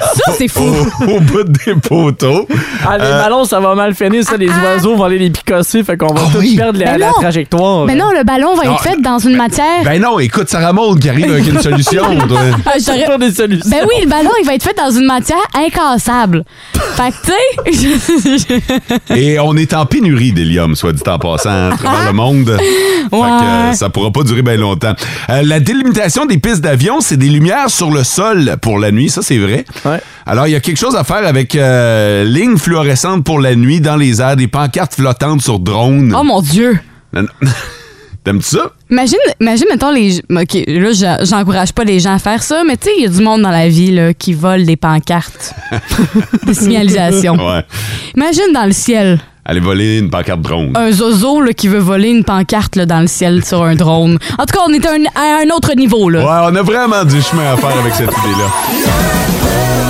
Speaker 5: ça, c'est fou.
Speaker 3: Au, <laughs> au bout des poteaux.
Speaker 4: Ah, les
Speaker 3: Euh,
Speaker 4: ballons, ça va mal finir, ça. Les oiseaux vont aller les picasser, fait qu'on va
Speaker 3: Ah
Speaker 4: tous perdre la,
Speaker 5: Ben
Speaker 4: la
Speaker 5: Ah, non.
Speaker 4: trajectoire.
Speaker 5: Mais non, le ballon va
Speaker 3: oh. Non,
Speaker 5: être fait dans une matière.
Speaker 3: Ben non, écoute, Sarah Maud qui arrive avec
Speaker 5: <laughs>
Speaker 3: une solution. toi.
Speaker 5: Ah, j'aurais- Ben oui, le ballon, il va être fait dans une matière incassable. Fait que, tu sais, <laughs> je-
Speaker 3: Et on est en pénurie d'hélium, soit dit en passant, à travers le monde. Fait que, euh,
Speaker 5: Ouais.
Speaker 3: ça pourra pas durer bien longtemps. Euh, la délimitation des pistes d'avion, c'est des lumières sur le sol pour la nuit, ça c'est vrai. Alors, il y a quelque chose à faire avec euh, lignes fluorescentes pour la nuit dans les airs, des pancartes flottantes sur drone.
Speaker 5: Oh mon Dieu!
Speaker 3: Non, non. <laughs> T'aimes-tu ça?
Speaker 5: Imagine, imagine, mettons, les. OK, là, j'a- j'encourage pas les gens à faire ça, mais tu sais, il y a du monde dans la vie là, qui vole
Speaker 3: <laughs>
Speaker 5: des pancartes, des signalisations.
Speaker 3: Ouais.
Speaker 5: Imagine dans le ciel,
Speaker 3: Aller voler une pancarte drone.
Speaker 5: un zozo là, qui veut voler une pancarte là, dans le ciel sur un drone. En tout cas, on est à un, à un autre niveau. là.
Speaker 3: Ouais, on a vraiment du chemin à faire avec cette idée-là.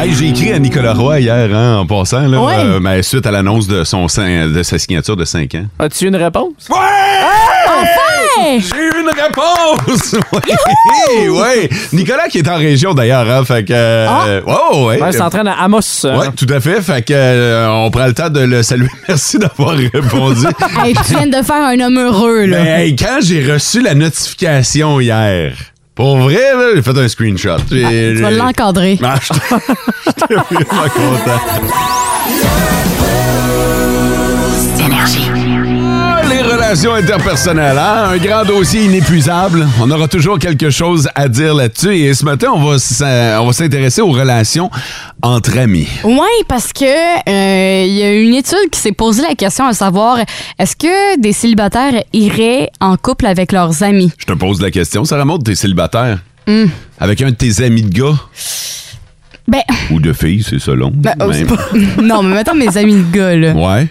Speaker 3: Hey, j'ai écrit à Nicolas Roy hier hein, en passant, là,
Speaker 4: Ouais.
Speaker 3: euh, ben, suite à l'annonce de, son cin- de sa signature de 5 ans. <laughs>
Speaker 5: Ben-
Speaker 4: As-tu une réponse?
Speaker 3: J'ai eu une réponse! Ouais, ouais. Nicolas qui est en région d'ailleurs, hein, fait que... euh,
Speaker 5: Ah!
Speaker 3: oh, ouais.
Speaker 4: Ouais, s'entraîne à Amos. euh,
Speaker 3: Ouais, tout à fait. Fait que euh, on prend le temps de le saluer. <laughs> Merci d'avoir
Speaker 5: <laughs>
Speaker 3: répondu.
Speaker 5: Hey, tu viens de faire un homme heureux. là.
Speaker 3: Mais Ben, hey, quand j'ai reçu la notification hier, pour vrai, là, j'ai fait un screenshot. J'ai-
Speaker 5: Ah, tu vas
Speaker 3: j'ai-
Speaker 5: l'encadrer.
Speaker 3: <laughs> Ah, j'étais j'étais vraiment content. Ah, Les relations interpersonnelles, hein? un grand dossier inépuisable. On aura toujours quelque chose à dire là-dessus. Et ce matin, on va s'in- on va s'intéresser aux relations entre amis.
Speaker 5: Oui, parce que euh, il y a une étude qui s'est posée la question à savoir est-ce que des célibataires iraient en couple avec leurs amis?
Speaker 3: Je te pose la question, Sarah Maud, t'es célibataire?
Speaker 5: Hmm.
Speaker 3: Avec un de tes amis de gars?
Speaker 5: Ben,
Speaker 3: Ou de filles, c'est selon.
Speaker 5: ben, oh, c'est
Speaker 3: Même.
Speaker 5: pas- <laughs> non, mais mettons mes amis de gars, là.
Speaker 3: Ouais.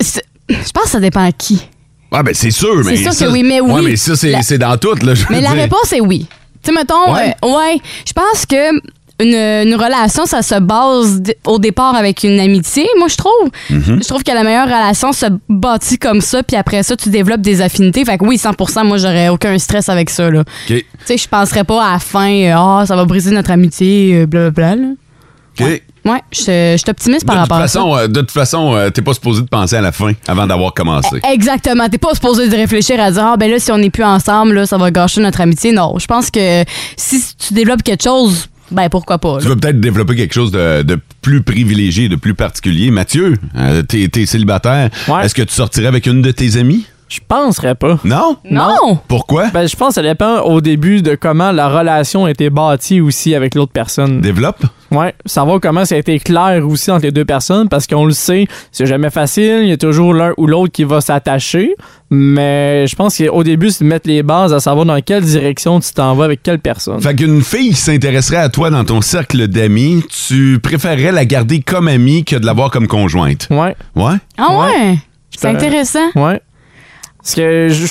Speaker 5: C'est- Je pense que ça dépend à qui.
Speaker 3: Ah ben c'est sûr, mais
Speaker 5: C'est sûr
Speaker 3: ça-
Speaker 5: que oui, mais oui.
Speaker 3: Ouais, mais ça, c'est
Speaker 5: La-
Speaker 3: c'est dans tout, là. je veux
Speaker 5: Mais la
Speaker 3: dire.
Speaker 5: réponse est oui. Tu sais, mettons,
Speaker 12: Ouais.
Speaker 5: euh, ouais, je pense que une, une relation, ça se base d- au départ avec une amitié, moi, je trouve.
Speaker 12: Mhm.
Speaker 5: Je trouve que la meilleure relation se bâtit comme ça, puis après ça, tu développes des affinités. Fait que oui, 100 moi, j'aurais aucun stress avec ça, là. Tu
Speaker 3: OK.
Speaker 5: sais, je penserais pas à la fin, euh, ah, ça va briser notre amitié, euh, blablabla, là.
Speaker 3: OK.
Speaker 5: Ouais, je je suis optimiste par
Speaker 3: De toute
Speaker 5: rapport à ça.
Speaker 3: façon, euh, de toute façon, euh, t'es pas supposé de penser à la fin avant d'avoir
Speaker 5: Eh,
Speaker 3: commencé.
Speaker 5: Exactement. T'es pas supposé de réfléchir à dire, ah, ben là, si on n'est plus ensemble, là, ça va gâcher notre amitié. Non. Je pense que si tu développes quelque chose, ben pourquoi pas. là.
Speaker 3: Tu veux peut-être développer quelque chose de, de plus privilégié, de plus particulier. Mathieu, euh, t'es t'es célibataire. Est-ce que tu sortirais avec une de tes amies?
Speaker 4: Je penserais pas.
Speaker 3: Non?
Speaker 4: Non!
Speaker 3: Pourquoi?
Speaker 4: Ben, je pense que ça dépend au début de comment la relation a été bâtie aussi avec l'autre personne.
Speaker 3: Développe?
Speaker 4: Ouais, savoir comment ça a été clair aussi entre les deux personnes parce qu'on le sait, c'est jamais facile, il y a toujours l'un ou l'autre qui va s'attacher, mais je pense qu'au début, c'est de mettre les bases à savoir dans quelle direction tu t'en vas avec quelle personne.
Speaker 3: Fait qu'une fille qui s'intéresserait à toi dans ton cercle d'amis, tu préférerais la garder comme amie que de l'avoir comme conjointe.
Speaker 4: Ouais.
Speaker 3: Ouais?
Speaker 5: Ah ouais? C'est
Speaker 4: Euh,
Speaker 5: intéressant.
Speaker 4: Ouais. Parce que je,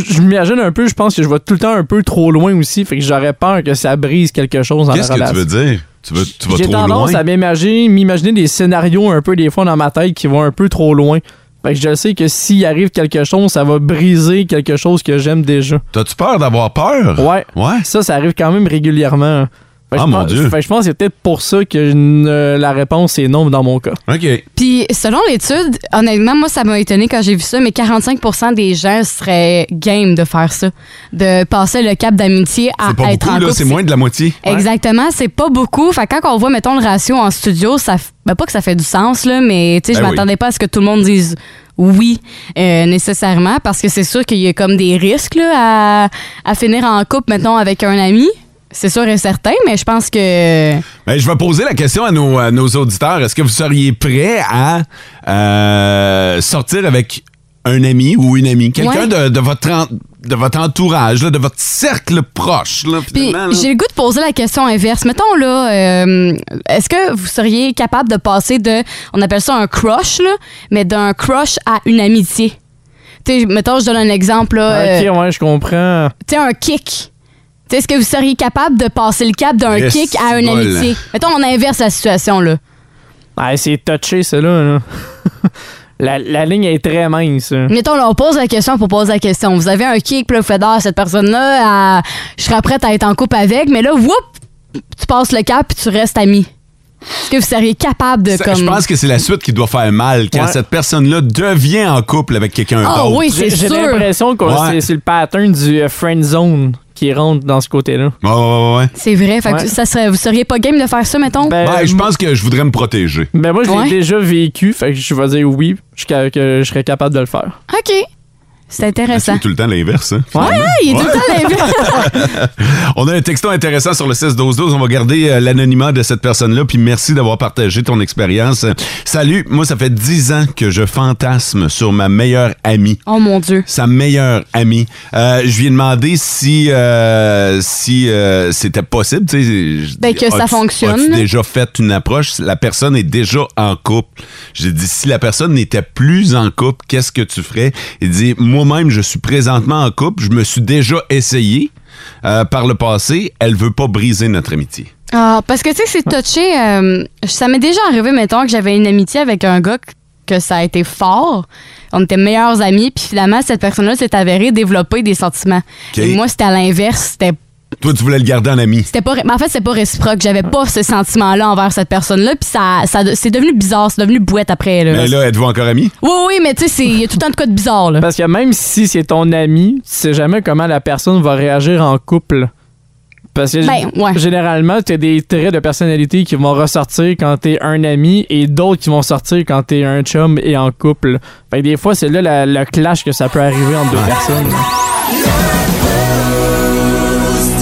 Speaker 4: je- je m'imagine un peu, je pense que je vais tout le temps un peu trop loin aussi, fait que j'aurais peur que ça brise quelque chose dans la
Speaker 3: Qu'est-ce que
Speaker 4: relation.
Speaker 3: tu veux dire? Tu, veux, tu vas
Speaker 4: J'ai
Speaker 3: trop
Speaker 4: tendance
Speaker 3: loin?
Speaker 4: à m'imaginer, m'imaginer des scénarios un peu des fois dans ma tête qui vont un peu trop loin. Fait que je sais que s'il arrive quelque chose, ça va briser quelque chose que j'aime déjà.
Speaker 3: T'as-tu peur d'avoir peur?
Speaker 4: Ouais. Ça, ça arrive quand même régulièrement. hein. Fait que
Speaker 3: Ah,
Speaker 4: je
Speaker 3: mon
Speaker 4: pense-
Speaker 3: Dieu.
Speaker 4: fait que je pense que c'est peut-être pour ça que je ne- la réponse est non dans mon cas.
Speaker 3: OK.
Speaker 5: Puis, selon l'étude, honnêtement, moi, ça m'a étonné quand j'ai vu ça, mais 45 des gens seraient game de faire ça, de passer le cap d'amitié à
Speaker 3: C'est pas
Speaker 5: être Ah, en
Speaker 3: beaucoup, là.
Speaker 5: couple.
Speaker 3: C'est moins de la moitié.
Speaker 5: Exactement, c'est pas beaucoup. Fait que quand on voit, mettons, le ratio en studio, ça f- ben, pas que ça fait du sens, là, mais tu sais,
Speaker 3: Ben
Speaker 5: je
Speaker 3: oui.
Speaker 5: m'attendais pas à ce que tout le monde dise oui euh, nécessairement, parce que c'est sûr qu'il y a comme des risques là, à, à finir en couple, mettons, avec un ami. C'est sûr et certain, mais je pense que.
Speaker 3: Ben, je vais poser la question à nos, à nos auditeurs. Est-ce que vous seriez prêt à euh, sortir avec un ami ou une amie? Quelqu'un de, de votre, en- de votre entourage, là, de votre cercle proche. Là,
Speaker 5: Puis
Speaker 3: finalement, là.
Speaker 5: j'ai le goût de poser la question inverse. Mettons là, euh, est-ce que vous seriez capable de passer de, on appelle ça un crush là, mais d'un crush à une amitié. Tu sais, mettons, je donne un exemple là. euh,
Speaker 4: ok, ouais, je comprends.
Speaker 5: tu sais, un kick. Tu sais, est-ce que vous seriez capable de passer le cap d'un
Speaker 4: Yes,
Speaker 5: kick à une
Speaker 4: bol.
Speaker 5: amitié? Mettons, on inverse la situation, là.
Speaker 4: Ah, c'est touché, cela. là. <laughs> la, la ligne est très mince. hein. là.
Speaker 5: Mettons, là, on pose la question pour poser la question. Vous avez un kick, puis là, vous faites, ah, cette personne-là, elle- je serais prête à être en couple avec, mais là, whoop, tu passes le cap, puis tu restes ami. Est-ce que vous seriez capable de,
Speaker 3: Ça,
Speaker 5: comme...
Speaker 3: Je pense que c'est la suite qui doit faire mal quand
Speaker 4: Ouais.
Speaker 3: cette personne-là devient en couple avec quelqu'un
Speaker 5: Ah
Speaker 3: d'autre.
Speaker 5: oui, c'est
Speaker 4: J'ai
Speaker 5: sûr.
Speaker 4: l'impression que
Speaker 3: Ouais.
Speaker 4: c'est- c'est le pattern du euh, friend zone qui rentre dans ce côté-là.
Speaker 3: Ouais, ouais, ouais, ouais.
Speaker 5: C'est vrai, fait que
Speaker 4: Ouais.
Speaker 5: ça serait, vous seriez pas game de faire ça, mettons?
Speaker 3: Ben, je pense que je voudrais me protéger.
Speaker 4: Ben moi, je l'ai
Speaker 5: Ouais.
Speaker 4: déjà vécu, fait que je vais dire oui, jusqu'à que je serais capable de le faire.
Speaker 5: OK. C'est intéressant.
Speaker 3: C'est tout le temps l'inverse. hein,
Speaker 5: Ouais,
Speaker 3: finalement.
Speaker 5: il est tout
Speaker 3: Ouais.
Speaker 5: le temps
Speaker 3: <laughs>
Speaker 5: l'inverse.
Speaker 3: On a un texto intéressant sur le 16-12-12. On va garder euh, l'anonymat de cette personne-là. Puis merci d'avoir partagé ton expérience. Euh, Salut, moi, ça fait 10 ans que je fantasme sur ma meilleure amie.
Speaker 5: Oh mon Dieu.
Speaker 3: Sa meilleure amie. Euh, je lui ai demandé si, euh, si euh, c'était possible. tu sais, je
Speaker 5: Ben,
Speaker 3: dis,
Speaker 5: que ça
Speaker 3: as-tu-
Speaker 5: fonctionne.
Speaker 3: as-tu déjà fait une approche? La personne est déjà en couple. J'ai dit, si la personne n'était plus en couple, qu'est-ce que tu ferais? Il dit, moi-même, je suis présentement en couple. Je me suis déjà essayé euh, par le passé. Elle veut pas briser notre amitié.
Speaker 5: Ah, parce que tu sais, c'est touché. euh, ça m'est déjà arrivé, mettons, que j'avais une amitié avec un gars que- que ça a été fort. On était meilleurs amis, puis finalement, cette personne-là s'est avérée développer des sentiments.
Speaker 3: OK.
Speaker 5: Et moi, c'était à l'inverse. C'était
Speaker 3: Toi, tu voulais le garder en ami.
Speaker 5: c'était pas ré- mais en fait c'est pas réciproque j'avais pas ce sentiment là envers cette personne là puis ça, ça de- c'est devenu bizarre c'est devenu bouette après là.
Speaker 3: Mais là, êtes-vous encore amis?
Speaker 5: oui oui mais tu sais c'est- il y a tout le temps de quoi de bizarre là.
Speaker 4: Parce que même si c'est ton ami, tu sais jamais comment la personne va réagir en couple. Parce que
Speaker 5: Ben,
Speaker 4: g- généralement, tu as des traits de personnalité qui vont ressortir quand tu es un ami et d'autres qui vont sortir quand tu es un chum et en couple. Fait que des fois, c'est là la- le clash que ça peut arriver entre deux personnes.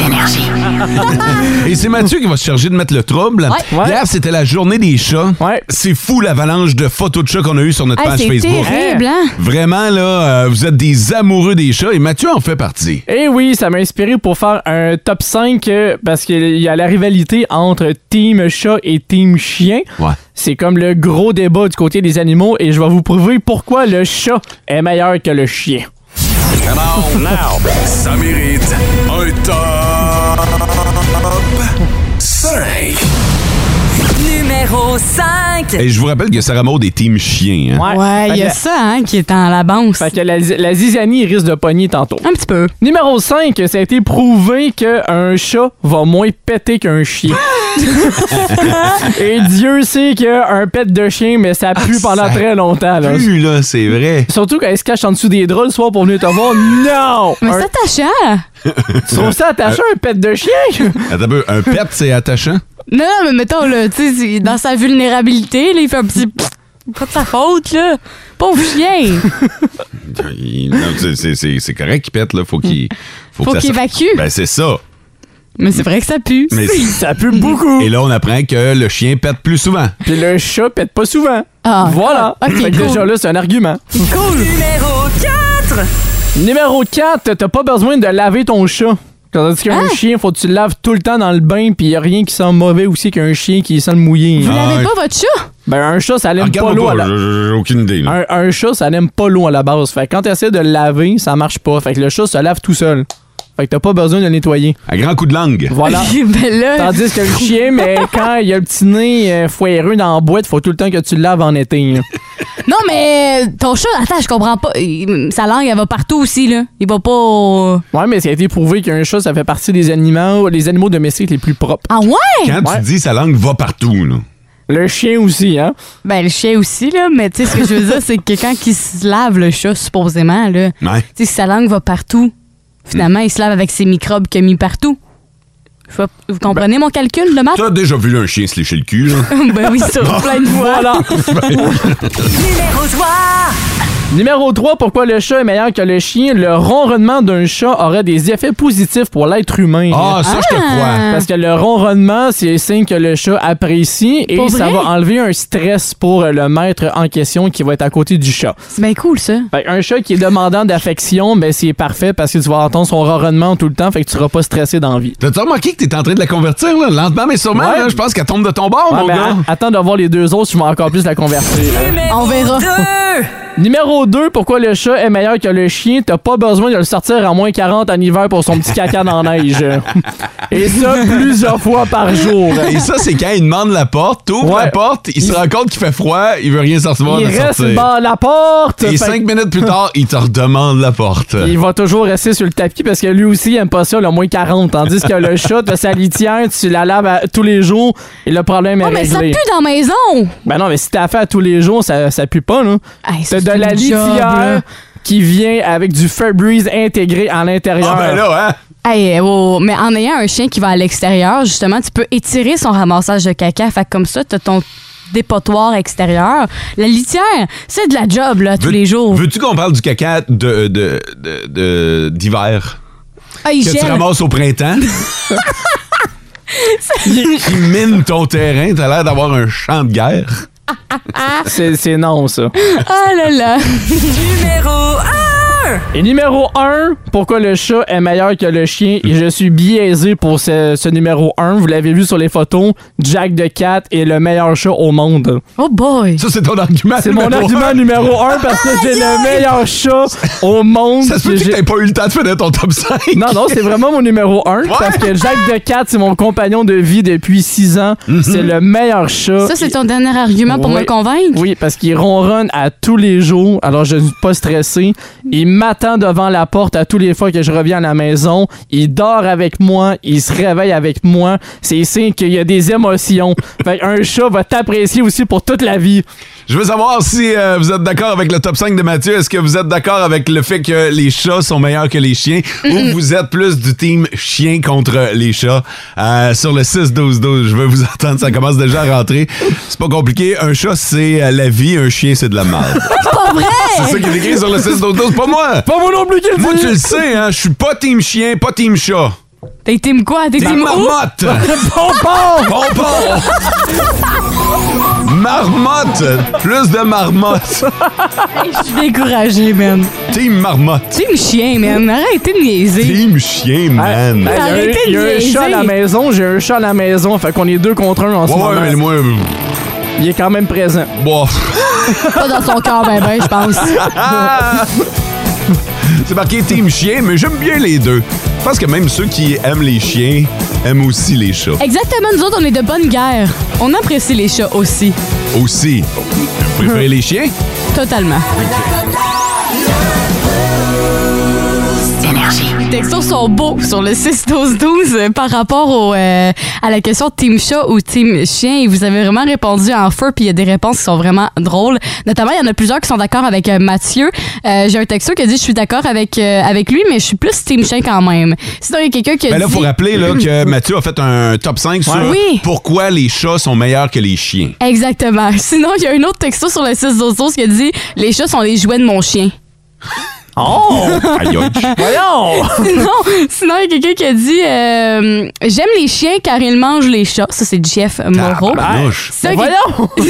Speaker 9: Énergie.
Speaker 3: Et c'est Mathieu qui va se charger de mettre le trouble.
Speaker 9: Ouais.
Speaker 3: Hier, c'était la journée des chats. C'est fou l'avalanche de photos de chats qu'on a eu sur notre
Speaker 9: Hey,
Speaker 3: page
Speaker 9: c'est
Speaker 3: Facebook.
Speaker 9: terrible, hein?
Speaker 3: Vraiment, là, euh, vous êtes des amoureux des chats et Mathieu en fait partie.
Speaker 4: Et Eh oui, ça m'a inspiré pour faire un top 5 euh, parce qu'il y a la rivalité entre Team Chat et Team Chien. C'est comme le gros débat du côté des animaux et je vais vous prouver pourquoi le chat est meilleur que le chien.
Speaker 12: Come on now. Ça mérite un top 5.
Speaker 9: Numéro 5.
Speaker 3: Et je vous rappelle que Sarah Maud est team chien. hein.
Speaker 5: Ouais, il y a ça hein, qui est en la banque.
Speaker 4: Fait que la, la zizanie risque de pogner tantôt.
Speaker 5: Un petit peu.
Speaker 4: Numéro 5, ça a été prouvé qu'un chat va moins péter qu'un chien. Et Dieu sait qu'un pet de chien, mais ça pue pendant très longtemps. Là.
Speaker 3: Plus, là, c'est vrai.
Speaker 4: Surtout quand elle se cache en dessous des draps le soir pour venir te voir. Non!
Speaker 5: <laughs> Mais
Speaker 4: Un-
Speaker 5: c'est attachant.
Speaker 4: Tu trouves ça attaché
Speaker 3: Euh,
Speaker 4: un pet de
Speaker 3: <laughs>
Speaker 4: chien?
Speaker 3: Attends un peu, un pet, c'est attachant?
Speaker 5: Non, non, mais mettons, là, tu sais, c'est- dans sa vulnérabilité, là, il fait un petit. pfff, Pas de sa faute, là. Pauvre chien.
Speaker 3: Il- non, c'est- c'est- C'est c'est correct qu'il pète, là. Faut qu'il.
Speaker 5: Faut
Speaker 3: que ça
Speaker 5: qu'il
Speaker 3: sorte.
Speaker 5: évacue.
Speaker 3: Ben, c'est ça.
Speaker 5: Mais c'est vrai que ça pue.
Speaker 3: Mais
Speaker 4: ça pue beaucoup.
Speaker 3: Et là, on apprend que le chien pète plus souvent.
Speaker 4: Puis le chat pète pas souvent.
Speaker 5: Ah.
Speaker 4: Voilà.
Speaker 5: Ok,
Speaker 4: Fait que
Speaker 5: cool.
Speaker 4: déjà là, c'est un argument.
Speaker 9: Cool. Numéro 4.
Speaker 4: Numéro 4, t'as pas besoin de laver ton chat. Tandis qu'un
Speaker 5: Ah!
Speaker 4: chien, faut que tu le laves tout le temps dans le bain, puis y a rien qui sent mauvais aussi qu'un chien qui sent le mouillé.
Speaker 5: Vous
Speaker 4: Ah,
Speaker 5: l'avez pas, votre chat?
Speaker 4: Ben, un chat, ça n'aime pas
Speaker 3: Regarde-moi
Speaker 4: l'eau à
Speaker 3: pas,
Speaker 4: la...
Speaker 3: j'ai j'ai aucune idée. là.
Speaker 4: Un, un chat, ça n'aime pas l'eau à la base. Fait que quand t'essaies de le laver, ça marche pas. Fait que le chat se lave tout seul. Fait que t'as pas besoin de le nettoyer.
Speaker 3: Un grand coup de langue.
Speaker 4: Voilà.
Speaker 5: <laughs> ben
Speaker 4: <laughs>
Speaker 5: là.
Speaker 4: Tandis que le chien, mais quand il a le petit nez euh, foireux dans la boîte, faut tout le temps que tu le laves en été. hein.
Speaker 5: Non, mais ton chat, attends, je comprends pas. Il- sa langue, elle va partout aussi, là. Il va pas. au-
Speaker 4: Ouais, mais ça a été prouvé qu'un chat, ça fait partie des animaux, les animaux domestiques les plus propres.
Speaker 5: Ah ouais?
Speaker 3: Quand tu dis sa langue va partout, là.
Speaker 4: Le chien aussi, hein?
Speaker 5: Ben, le chien aussi, là. Mais tu sais, ce que je veux dire, c'est que quand il se lave, le chat, supposément, là, tu
Speaker 3: Ouais.
Speaker 5: sais, sa langue va partout. Finalement, il se lave avec ses microbes qu'il a mis partout. Je vois- Vous comprenez
Speaker 3: Ben-
Speaker 5: mon calcul, le maths?
Speaker 3: T'as déjà vu un chien se lécher le
Speaker 4: <laughs>
Speaker 3: cul, là?
Speaker 5: <laughs> ben oui, ça, plein de fois.
Speaker 4: Voilà!
Speaker 9: Numéro 3.
Speaker 4: Numéro 3, pourquoi le chat est meilleur que le chien? Le ronronnement d'un chat aurait des effets positifs pour l'être humain.
Speaker 3: Ah, ça, je te
Speaker 5: Euh, Hein.
Speaker 3: crois.
Speaker 4: Parce que le ronronnement, c'est un signe que le chat apprécie et
Speaker 5: Pour
Speaker 4: ça
Speaker 5: vrai?
Speaker 4: va enlever un stress pour euh, le maître en question qui va être à côté du chat.
Speaker 5: C'est bien cool, ça.
Speaker 4: Fait un chat qui est demandant d'affection, ben c'est parfait parce que tu vas entendre son ronronnement tout le temps, fait que tu seras pas stressé dans la vie.
Speaker 3: T'as-tu remarqué que t'es en train de la convertir, là? Lentement, mais sûrement,
Speaker 4: Ouais.
Speaker 3: là, Je pense qu'elle tombe de ton bord,
Speaker 4: Ouais,
Speaker 3: mon
Speaker 4: ben,
Speaker 3: gars.
Speaker 4: a- attends de voir les deux autres, je vais encore plus la convertir.
Speaker 9: Oh.
Speaker 5: On verra.
Speaker 9: 2.
Speaker 4: Numéro 2, pourquoi le chat est meilleur que le chien? T'as pas besoin de le sortir à moins 40 en hiver pour son petit caca dans la
Speaker 3: <laughs>
Speaker 4: neige. Et ça plusieurs fois par jour.
Speaker 3: Et ça, c'est quand il demande la porte, t'ouvres
Speaker 4: Ouais.
Speaker 3: la porte, il, se rend compte qu'il fait froid, il veut rien sortir.
Speaker 4: Il
Speaker 3: de
Speaker 4: reste
Speaker 3: sortir.
Speaker 4: dans la porte.
Speaker 3: Et
Speaker 4: Fait
Speaker 3: cinq minutes plus tard, il te redemande la porte.
Speaker 4: Il va toujours rester sur le tapis parce que lui aussi, il aime pas ça, le moins 40. Tandis que le chat, t'as sa litière, tu la laves à- tous les jours et le problème est
Speaker 5: Oh, mais ça
Speaker 4: réglé.
Speaker 5: pue dans la maison!
Speaker 4: Ben non, mais si t'as fait à tous les jours, ça, ça pue pas, là.
Speaker 5: Hey, ça,
Speaker 4: T'as de
Speaker 5: c'est
Speaker 4: la
Speaker 5: une job, là.
Speaker 4: litière qui vient avec du Febreze intégré à l'intérieur.
Speaker 3: Ah ben là, hein?
Speaker 5: Hey, oh, mais en ayant un chien qui va à l'extérieur, justement, tu peux étirer son ramassage de caca. Fait que comme ça, t'as ton dépotoir extérieur. La litière, c'est de la job, là, tous
Speaker 3: Veux-
Speaker 5: les jours.
Speaker 3: Veux-tu qu'on parle du caca de, de, de- de- d'hiver
Speaker 5: Ah, il
Speaker 3: que tu
Speaker 5: gèle.
Speaker 3: ramasses
Speaker 4: <laughs>
Speaker 3: au printemps? qui mine ton terrain, t'as l'air d'avoir un champ de guerre.
Speaker 4: C'est c'est non, ça.
Speaker 5: Ah là là!
Speaker 9: Numéro 1.
Speaker 4: Et numéro 1, pourquoi le chat est meilleur que le chien, et je suis biaisé pour ce, ce numéro 1, vous l'avez vu sur les photos, Jack the Cat est le meilleur chat au monde.
Speaker 5: Oh boy!
Speaker 3: Ça, c'est ton argument.
Speaker 4: C'est mon
Speaker 3: numéro
Speaker 4: argument
Speaker 3: un.
Speaker 4: numéro 1 parce que c'est le meilleur chat au monde.
Speaker 3: Ça se peut
Speaker 4: J'ai-
Speaker 3: que t'aies pas eu le temps de finir ton top 5.
Speaker 4: Non, non, c'est vraiment mon numéro 1 parce que Jack the Cat, c'est mon compagnon de vie depuis 6 ans.
Speaker 3: Mm-hmm.
Speaker 4: C'est le meilleur
Speaker 3: euh,
Speaker 4: chat.
Speaker 5: Ça, c'est ton dernier argument pour
Speaker 4: Oui.
Speaker 5: me convaincre?
Speaker 4: Oui, parce qu'il ronronne à tous les jours, alors je ne suis pas stressé. Il m'attend devant la porte à tous les fois que je reviens à la maison. Il dort avec moi, il se réveille avec moi. C'est signe qu'il y a des émotions. Fait un chat va t'apprécier aussi pour toute la vie.
Speaker 3: <laughs> Je veux savoir si euh, vous êtes d'accord avec le top 5 de Mathieu. Est-ce que vous êtes d'accord avec le fait que les chats sont meilleurs que les chiens ou vous êtes plus du team chien contre les chats? Euh, sur le 6-12-12, je veux vous <laughs> entendre. Ça commence déjà à rentrer. C'est pas compliqué. Un chat, c'est euh, la vie. Un chien, c'est de la merde.
Speaker 5: Pas vrai!
Speaker 3: c'est ça qui est écrit sur le 6-12-12. Pas moi!
Speaker 4: Pas moi non plus qui le
Speaker 3: Moi,
Speaker 4: dis.
Speaker 3: tu le sais, hein? Je suis pas team chien, pas team chat.
Speaker 5: T'es team quoi? T'es
Speaker 3: Team
Speaker 5: team où?
Speaker 3: marmotte!
Speaker 4: Bonbon!
Speaker 3: Bonbon! marmotte! Plus de marmotte!
Speaker 5: Hey, Je suis découragée, man.
Speaker 3: Team marmotte!
Speaker 5: Team chien, man. Arrêtez de
Speaker 3: <laughs>
Speaker 5: niaiser.
Speaker 3: Team chien,
Speaker 5: Ah,
Speaker 4: Hey,
Speaker 3: man.
Speaker 4: il y a un-
Speaker 5: Arrêtez de
Speaker 4: il y a un
Speaker 5: niaiser.
Speaker 4: chat à la maison, j'ai un chat à la maison, fait qu'on est deux contre un en ce
Speaker 3: Ouais,
Speaker 4: moment.
Speaker 3: ouais, mais moi, euh,
Speaker 4: Il est quand même présent.
Speaker 3: bon.
Speaker 5: Pas dans son corps, ben ben, je pense.
Speaker 3: C'est marqué Team Chien, mais j'aime bien les deux. Je pense que même ceux qui aiment les chiens aiment aussi les chats.
Speaker 5: Exactement, nous autres, on est de bonne guerre. On apprécie les chats aussi.
Speaker 3: Aussi. Vous préférez les chiens?
Speaker 5: Totalement. Les textos sont beaux sur le 6-12-12 euh, par rapport au, euh, à la question Team Chat ou Team Chien. Et vous avez vraiment répondu en feu, puis il y a des réponses qui sont vraiment drôles. Notamment, il y en a plusieurs qui sont d'accord avec euh, Mathieu. Euh, J'ai un texto qui a dit Je suis d'accord avec, euh, avec lui, mais je suis plus Team Chien quand même. Sinon, il y a quelqu'un qui a
Speaker 3: Ben là,
Speaker 5: dit.
Speaker 3: faut rappeler là, que Mathieu a fait un top 5 sur
Speaker 5: Ouais. Oui.
Speaker 3: pourquoi les chats sont meilleurs que les chiens.
Speaker 5: Exactement. <laughs> Sinon, il y a un autre texto sur le 6-12-12 qui a dit Les chats sont les jouets de mon chien. <laughs>
Speaker 4: Oh! <laughs>
Speaker 3: Aïe, aïe.
Speaker 4: Voyons!
Speaker 5: sinon, sinon, il y a quelqu'un qui a dit euh, J'aime les chiens car ils mangent les chats. Ça, c'est Jeff Moreau.
Speaker 3: Tabarnouche.
Speaker 5: Sinon,
Speaker 4: Ben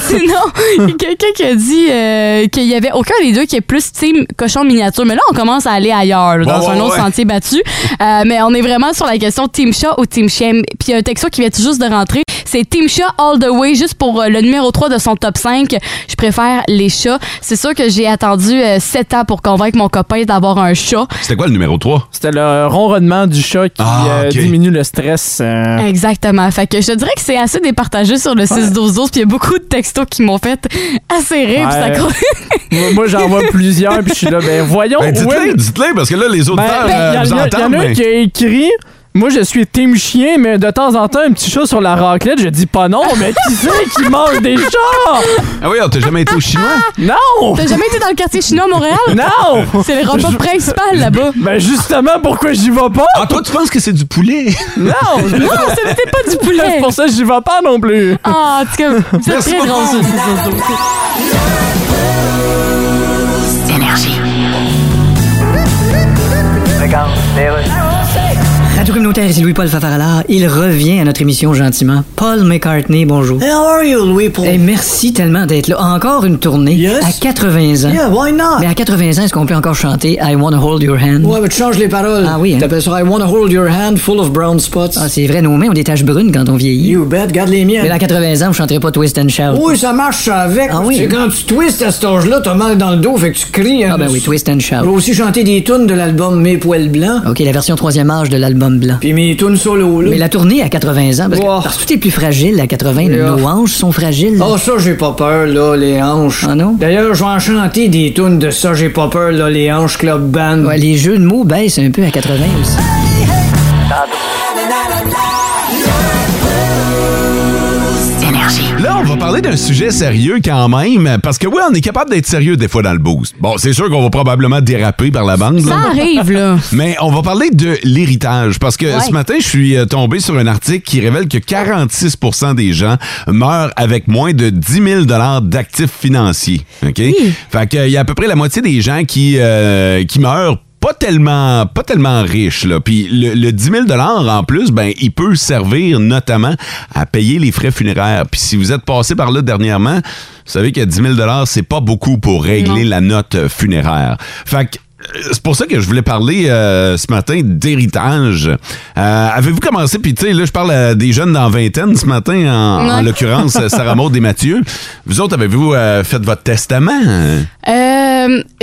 Speaker 5: Sinon, il y a quelqu'un qui a dit euh, qu'il n'y avait aucun des deux qui est plus team cochon miniature. Mais là, on commence à aller ailleurs, là, dans
Speaker 13: Ouais,
Speaker 5: un
Speaker 13: ouais,
Speaker 5: autre
Speaker 13: ouais.
Speaker 5: sentier battu. Euh, mais on est vraiment sur la question team chat ou team chien. Puis il y a un texto qui vient tout juste de rentrer. C'est team chat all the way, juste pour euh, le numéro 3 de son top 5. Je préfère les chats. C'est sûr que j'ai attendu 7 ans pour convaincre mon copain d'avoir un chat.
Speaker 3: C'était quoi le numéro 3?
Speaker 4: C'était le ronronnement du chat qui euh,
Speaker 3: Ah, ok.
Speaker 4: diminue le stress. euh.
Speaker 5: Exactement. Fait que je te dirais que c'est assez départagé sur le 6-12-12, puis il y a beaucoup de textos qui m'ont fait assez rire, puis ça
Speaker 4: Ouais.
Speaker 5: cause-
Speaker 4: moi, moi, j'en vois plusieurs, puis je suis là, ben voyons.
Speaker 3: Ben,
Speaker 4: où
Speaker 3: dites-le,
Speaker 4: est-
Speaker 3: dites-le, parce que là, les
Speaker 4: Ben,
Speaker 3: auditeurs
Speaker 4: ben,
Speaker 3: euh,
Speaker 4: y a-
Speaker 3: vous
Speaker 4: y a- y en
Speaker 3: entendent.
Speaker 4: a un
Speaker 3: mais-
Speaker 4: qui a écrit Moi, je suis team chien, mais de temps en temps, un petit chat sur la raclette, je dis pas non, mais qui c'est qui mange des chats?
Speaker 3: Ah oui, on t'a jamais été au chinois?
Speaker 4: Non!
Speaker 5: <laughs> T'as jamais été dans le quartier chinois à Montréal?
Speaker 4: Non!
Speaker 5: C'est le repas
Speaker 4: Je-
Speaker 5: principal là-bas.
Speaker 4: Ben justement, pourquoi j'y vais pas?
Speaker 3: <laughs> Ah, toi, tu penses que c'est du poulet?
Speaker 4: Non!
Speaker 5: Non, ce n'était pas du poulet.
Speaker 4: C'est pour ça que j'y vais pas non plus!
Speaker 5: Ah, en tout cas, c'est
Speaker 4: Merci
Speaker 5: très
Speaker 4: beaucoup.
Speaker 5: drôle. ce-
Speaker 7: Radio communautaire, c'est Louis-Paul Favarala. Il revient à notre émission gentiment. Paul McCartney, bonjour. How are you, Louis-Paul? merci tellement d'être là. Encore une tournée. À 80 ans.
Speaker 8: Yeah, why not?
Speaker 7: Mais à 80 ans, est-ce qu'on peut encore chanter I Wanna Hold Your Hand?
Speaker 8: Ouais, mais tu changes les paroles.
Speaker 7: Ah oui, hein?
Speaker 8: T'appelles ça I wanna hold your hand full of brown spots.
Speaker 7: Ah, c'est vrai, nos mains ont des taches brunes quand on vieillit.
Speaker 8: You bet, garde les miennes.
Speaker 7: Mais à 80 ans, vous chanterez pas Twist and Shout.
Speaker 8: Oui, ça marche ça avec.
Speaker 7: Ah oui.
Speaker 8: C'est quand tu twists à cet âge-là, t'as mal dans le dos, fait que tu cries. hein.
Speaker 7: Ah ben oui, Twist and Shout.
Speaker 8: J'ai aussi chanté des tunes de l'album Mes poils blancs.
Speaker 7: OK, la version troisième âge de l'album blanc.
Speaker 8: Puis mes tunes solo, là.
Speaker 7: Mais la tournée à 80 ans, parce que,
Speaker 8: Oh.
Speaker 7: parce que tout est plus fragile à 80,
Speaker 8: Yeah.
Speaker 7: nos hanches sont fragiles.
Speaker 8: Ah, ça, j'ai pas peur, là, les hanches. Ah non? D'ailleurs, je vais en chanter des tunes de ça, j'ai pas peur, là, les hanches club band.
Speaker 7: Ouais, les jeux de mots baissent un peu à 80 aussi.
Speaker 3: <laughs> Là, on va parler d'un sujet sérieux quand même, parce que oui, on est capable d'être sérieux des fois dans le boost. Bon, c'est sûr qu'on va probablement déraper par la bande.
Speaker 5: Ça
Speaker 3: là.
Speaker 5: arrive, là. <laughs>
Speaker 3: Mais on va parler de l'héritage, parce que
Speaker 5: Ouais.
Speaker 3: ce matin, je suis euh, tombé sur un article qui révèle que 46 des gens meurent avec moins de 10 000 d'actifs financiers. OK? Fait qu'il y a à peu près la moitié des gens qui, euh, qui meurent pas tellement pas tellement riches. là puis le, le 10 000 en plus ben il peut servir notamment à payer les frais funéraires puis si vous êtes passé par là dernièrement vous savez que 10 000 c'est pas beaucoup pour régler la note euh, funéraire fait que c'est pour ça que je voulais parler euh, ce matin d'héritage. Euh, Avez-vous commencé, puis tu sais, là, je parle à des jeunes dans vingtaine ce matin, en, en
Speaker 5: Ouais. <laughs>
Speaker 3: l'occurrence, Sarah Maud et Mathieu. Vous autres, avez-vous euh, fait votre testament?
Speaker 5: Euh,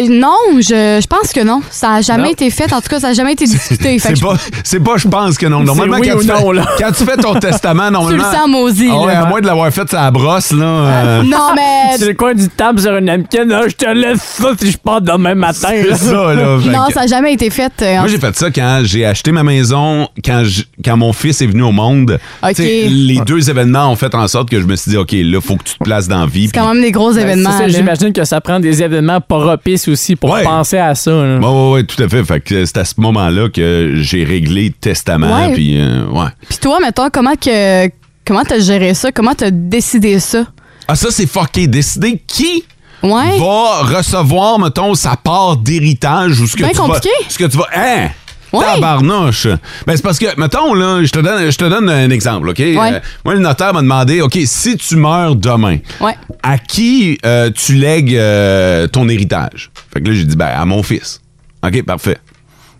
Speaker 5: non, je, je pense que non. Ça a jamais
Speaker 3: Non.
Speaker 5: été fait. En tout cas, ça a jamais été discuté. Fait
Speaker 3: C'est
Speaker 5: que je-
Speaker 3: pas, c'est pas, je pense que non.
Speaker 4: C'est
Speaker 3: Normalement,
Speaker 4: oui
Speaker 3: quand,
Speaker 4: ou
Speaker 3: tu fais,
Speaker 4: non, là.
Speaker 3: quand tu fais ton
Speaker 5: <laughs>
Speaker 3: testament, normalement.
Speaker 5: sens maudit,
Speaker 3: Ah ouais,
Speaker 5: là.
Speaker 3: à moins de l'avoir fait ça brosse, là.
Speaker 5: <laughs>
Speaker 3: euh,
Speaker 5: Non, mais-
Speaker 4: <laughs> C'est le coin du table sur une napkin, là, je te laisse ça si je pars demain matin.
Speaker 3: C'est ça, là. fait
Speaker 5: non,
Speaker 3: que-
Speaker 5: ça a jamais été fait. euh, en-
Speaker 3: Moi, j'ai fait ça quand j'ai acheté ma maison, quand, j- quand mon fils est venu au monde.
Speaker 5: Ok.
Speaker 3: Tu sais, Les deux événements ont fait en sorte que je me suis dit, OK, là, faut que tu te places dans la vie.
Speaker 5: c'est quand même des gros
Speaker 4: Ben,
Speaker 5: événements.
Speaker 4: c'est ça,
Speaker 5: là.
Speaker 4: J'imagine que ça prend des événements propices aussi pour
Speaker 3: Ouais.
Speaker 4: penser à ça. là.
Speaker 3: Oui, ouais, ouais, tout à fait. Fait que c'est à ce moment-là que j'ai réglé testament.
Speaker 5: Ouais.
Speaker 3: Puis, euh, ouais.
Speaker 5: Puis toi, mettons, comment que comment t'as géré ça? Comment t'as décidé ça?
Speaker 3: Ah, ça, c'est fucké. Décider qui
Speaker 5: Ouais.
Speaker 3: va recevoir, mettons, sa part d'héritage ou ce que
Speaker 5: Ben
Speaker 3: tu vas-
Speaker 5: compliqué.
Speaker 3: Ce que tu vas. Hein?
Speaker 5: Ouais.
Speaker 3: Tabarnouche! Ben, c'est parce que, mettons, là, je te donne, je te donne un exemple, OK? Euh, moi, le notaire m'a demandé, OK, si tu meurs demain,
Speaker 5: Ouais.
Speaker 3: à qui euh, tu lègues euh, ton héritage? Fait que là, j'ai dit, ben, à mon fils. OK, parfait.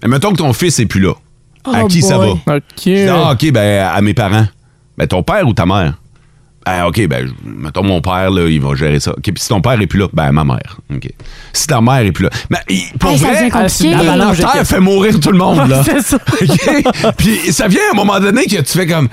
Speaker 3: Et mettons que ton fils est plus là. à
Speaker 4: Oh
Speaker 3: qui ça
Speaker 4: boy.
Speaker 3: va?
Speaker 4: OK.
Speaker 3: J'ai dit, ah, OK, ben, à mes parents. Ben, ton père ou ta mère? Ah, OK, ben, je- mettons mon père, là, il va gérer ça. OK, puis si ton père est plus là, ben, ma mère. OK. Si ta mère est plus là. Ben, il- pour
Speaker 2: Hey, ça
Speaker 3: vrai,
Speaker 2: devient compliqué.
Speaker 3: la balance de terre fait mourir tout le monde, là.
Speaker 2: <laughs> C'est ça.
Speaker 3: OK? Puis ça vient à un moment donné que tu fais comme.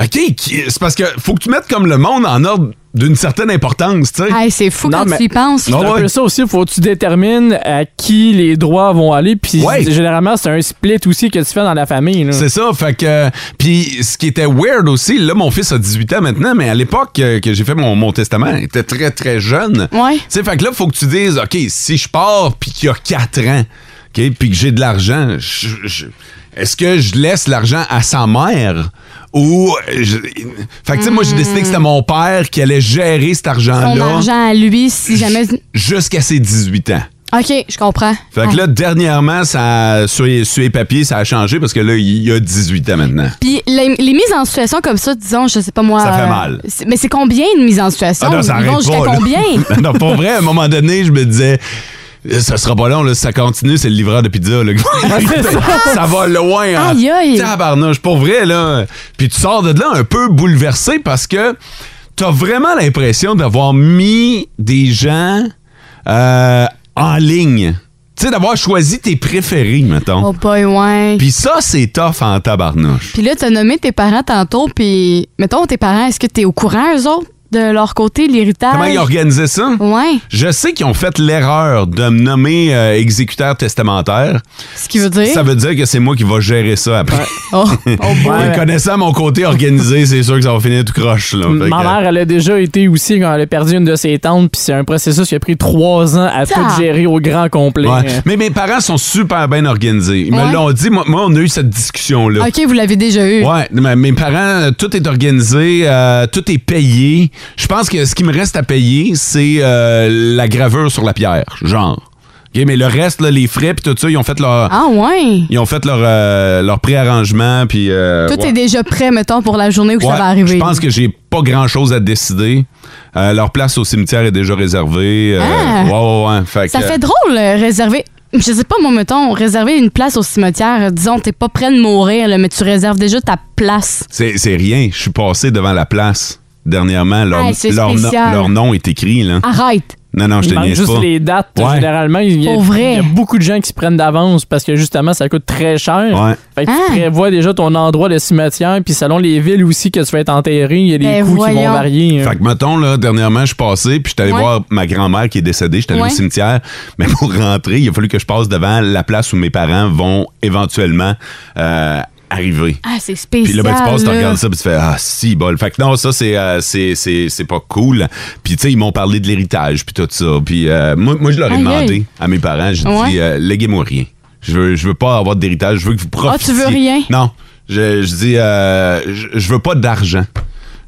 Speaker 3: OK, qui- c'est parce que faut que tu mettes comme le monde en ordre d'une certaine importance, tu sais.
Speaker 5: Hey, c'est fou quand tu y penses.
Speaker 4: C'est un peu ça aussi, faut que tu détermines à qui les droits vont aller. Puis
Speaker 3: Ouais.
Speaker 4: généralement, c'est un split aussi que tu fais dans la famille. là.
Speaker 3: <laughs> C'est ça, fait que. Puis ce qui était weird aussi, là, mon fils a 18 ans maintenant, mais à l'époque euh, que, j'ai fait mon, mon testament, il était très, très jeune.
Speaker 5: Ouais.
Speaker 3: Tu sais, fait que là, faut que tu dises, OK, si je pars, puis qu'il y a 4 ans, OK, puis que j'ai de l'argent, je- je- est-ce que je laisse l'argent à sa mère? Ou. je- Fait que, tu sais, moi, j'ai décidé que c'était mon père qui allait gérer cet
Speaker 5: Son
Speaker 3: argent-là
Speaker 5: argent à lui, si jamais.
Speaker 3: jusqu'à ses 18 ans.
Speaker 5: OK, je comprends.
Speaker 3: Fait que là, dernièrement, ça, a- sur, les, sur les papiers, ça a changé parce que là, il y a 18 ans maintenant.
Speaker 5: Puis les, les mises en situation comme ça, disons, je sais pas moi. euh,
Speaker 3: Ça fait mal.
Speaker 5: c'est- Mais c'est combien une mise en situation?
Speaker 3: Ah non, ça
Speaker 5: Ils vont
Speaker 3: arrête
Speaker 5: jusqu'à
Speaker 3: pas. là. <laughs> Ben
Speaker 5: combien?
Speaker 3: non, pour vrai, à un moment donné, je me disais, ça sera pas long, là, si ça continue, c'est le livreur de pizza. Là. ça. va loin. hein.
Speaker 2: Aïe, aïe.
Speaker 3: Tabarnouche, pour vrai, là. Puis tu sors de là un peu bouleversé parce que t'as vraiment l'impression d'avoir mis des gens euh, en ligne. Tu sais, d'avoir choisi tes préférés, mettons.
Speaker 5: Oh boy, ouais.
Speaker 3: Puis ça, c'est tough en tabarnouche.
Speaker 5: Puis là, t'as nommé tes parents tantôt, puis mettons tes parents, est-ce que t'es au courant, eux autres, de leur côté, l'héritage?
Speaker 3: Comment ils organisaient ça?
Speaker 5: Ouais.
Speaker 3: Je sais qu'ils ont fait l'erreur de me nommer euh, exécuteur testamentaire.
Speaker 5: Ce qui veut dire?
Speaker 3: Ça veut dire que c'est moi qui va gérer ça après. <laughs>
Speaker 5: Oh,
Speaker 3: Et connaissant mon côté organisé, c'est sûr que ça va finir tout croche. Là. Fait que,
Speaker 4: Ma mère, elle a déjà été aussi quand elle a perdu une de ses tantes, puis c'est un processus qui a pris trois ans à
Speaker 3: Ça.
Speaker 4: tout gérer au grand complet.
Speaker 3: ouais. Mais mes parents sont super bien organisés. Ils
Speaker 5: Ouais.
Speaker 3: me l'ont dit. Moi, moi, on a eu cette discussion-là.
Speaker 5: OK, vous l'avez déjà eu.
Speaker 3: Ouais, mais mes parents, euh, tout est organisé, euh, tout est payé. Je pense que ce qui me reste à payer, c'est euh, la gravure sur la pierre, genre. OK, mais le reste, là, les frais puis tout ça, ils ont fait leur,
Speaker 5: Ah ouais.
Speaker 3: ils ont fait leur, euh, leur préarrangement puis. euh,
Speaker 5: Tout
Speaker 3: ouais.
Speaker 5: est déjà prêt, mettons, pour la journée où
Speaker 3: Ouais,
Speaker 5: ça va arriver.
Speaker 3: Je pense que j'ai pas grand chose à décider. Euh, leur place au cimetière est déjà réservée. euh,
Speaker 5: Ah!
Speaker 3: ouais, ouais, ouais. Fait
Speaker 5: Ça
Speaker 3: que-
Speaker 5: fait drôle, euh, réserver. Je sais pas, moi, mettons, réserver une place au cimetière, euh, disons, t'es pas prêt de mourir, là, mais tu réserves déjà ta place.
Speaker 3: C'est, c'est rien. Je suis passé devant la place dernièrement. Leur,
Speaker 5: Ah, c'est
Speaker 3: leur, nom,
Speaker 5: spécial. Ah!
Speaker 3: leur nom est écrit. Là.
Speaker 5: Arrête!
Speaker 3: Non, non, je
Speaker 4: Il
Speaker 3: te
Speaker 4: manque
Speaker 3: niaise
Speaker 4: juste
Speaker 3: pas.
Speaker 4: les dates.
Speaker 3: Ouais.
Speaker 4: Généralement, il y, a,
Speaker 5: Pour vrai.
Speaker 4: il y a beaucoup de gens qui se prennent d'avance parce que justement, ça coûte très cher.
Speaker 3: Ouais.
Speaker 4: Fait que
Speaker 5: Ah.
Speaker 4: tu prévois déjà ton endroit de cimetière, puis selon les villes aussi que tu vas être enterré, il y a des
Speaker 5: Ben
Speaker 4: coûts qui
Speaker 5: voyons.
Speaker 4: vont varier. hein.
Speaker 3: Fait que, mettons, là, dernièrement, je suis passé, puis je suis allé
Speaker 5: Ouais.
Speaker 3: voir ma grand-mère qui est décédée. Je suis allé
Speaker 5: Ouais.
Speaker 3: au cimetière. Mais pour rentrer, il a fallu que je passe devant la place où mes parents vont éventuellement euh, arriver.
Speaker 5: Ah, c'est spécial.
Speaker 3: Puis là, ben, tu passes, tu
Speaker 5: là.
Speaker 3: regardes ça, puis tu fais Ah, si, bol. Fait que non, ça, c'est, euh, c'est, c'est, c'est pas cool. Puis, tu sais, ils m'ont parlé de l'héritage, puis tout ça. Puis, euh, moi, moi, je leur ai
Speaker 5: Aïe,
Speaker 3: demandé
Speaker 5: aïe.
Speaker 3: à mes parents, j'ai
Speaker 5: Ouais.
Speaker 3: dit, euh, léguez-moi rien. Je veux, je veux pas avoir d'héritage, je veux que vous
Speaker 5: Ah,
Speaker 3: profitiez.
Speaker 5: tu veux rien?
Speaker 3: Non. Je, je dis, euh, je, je veux pas d'argent.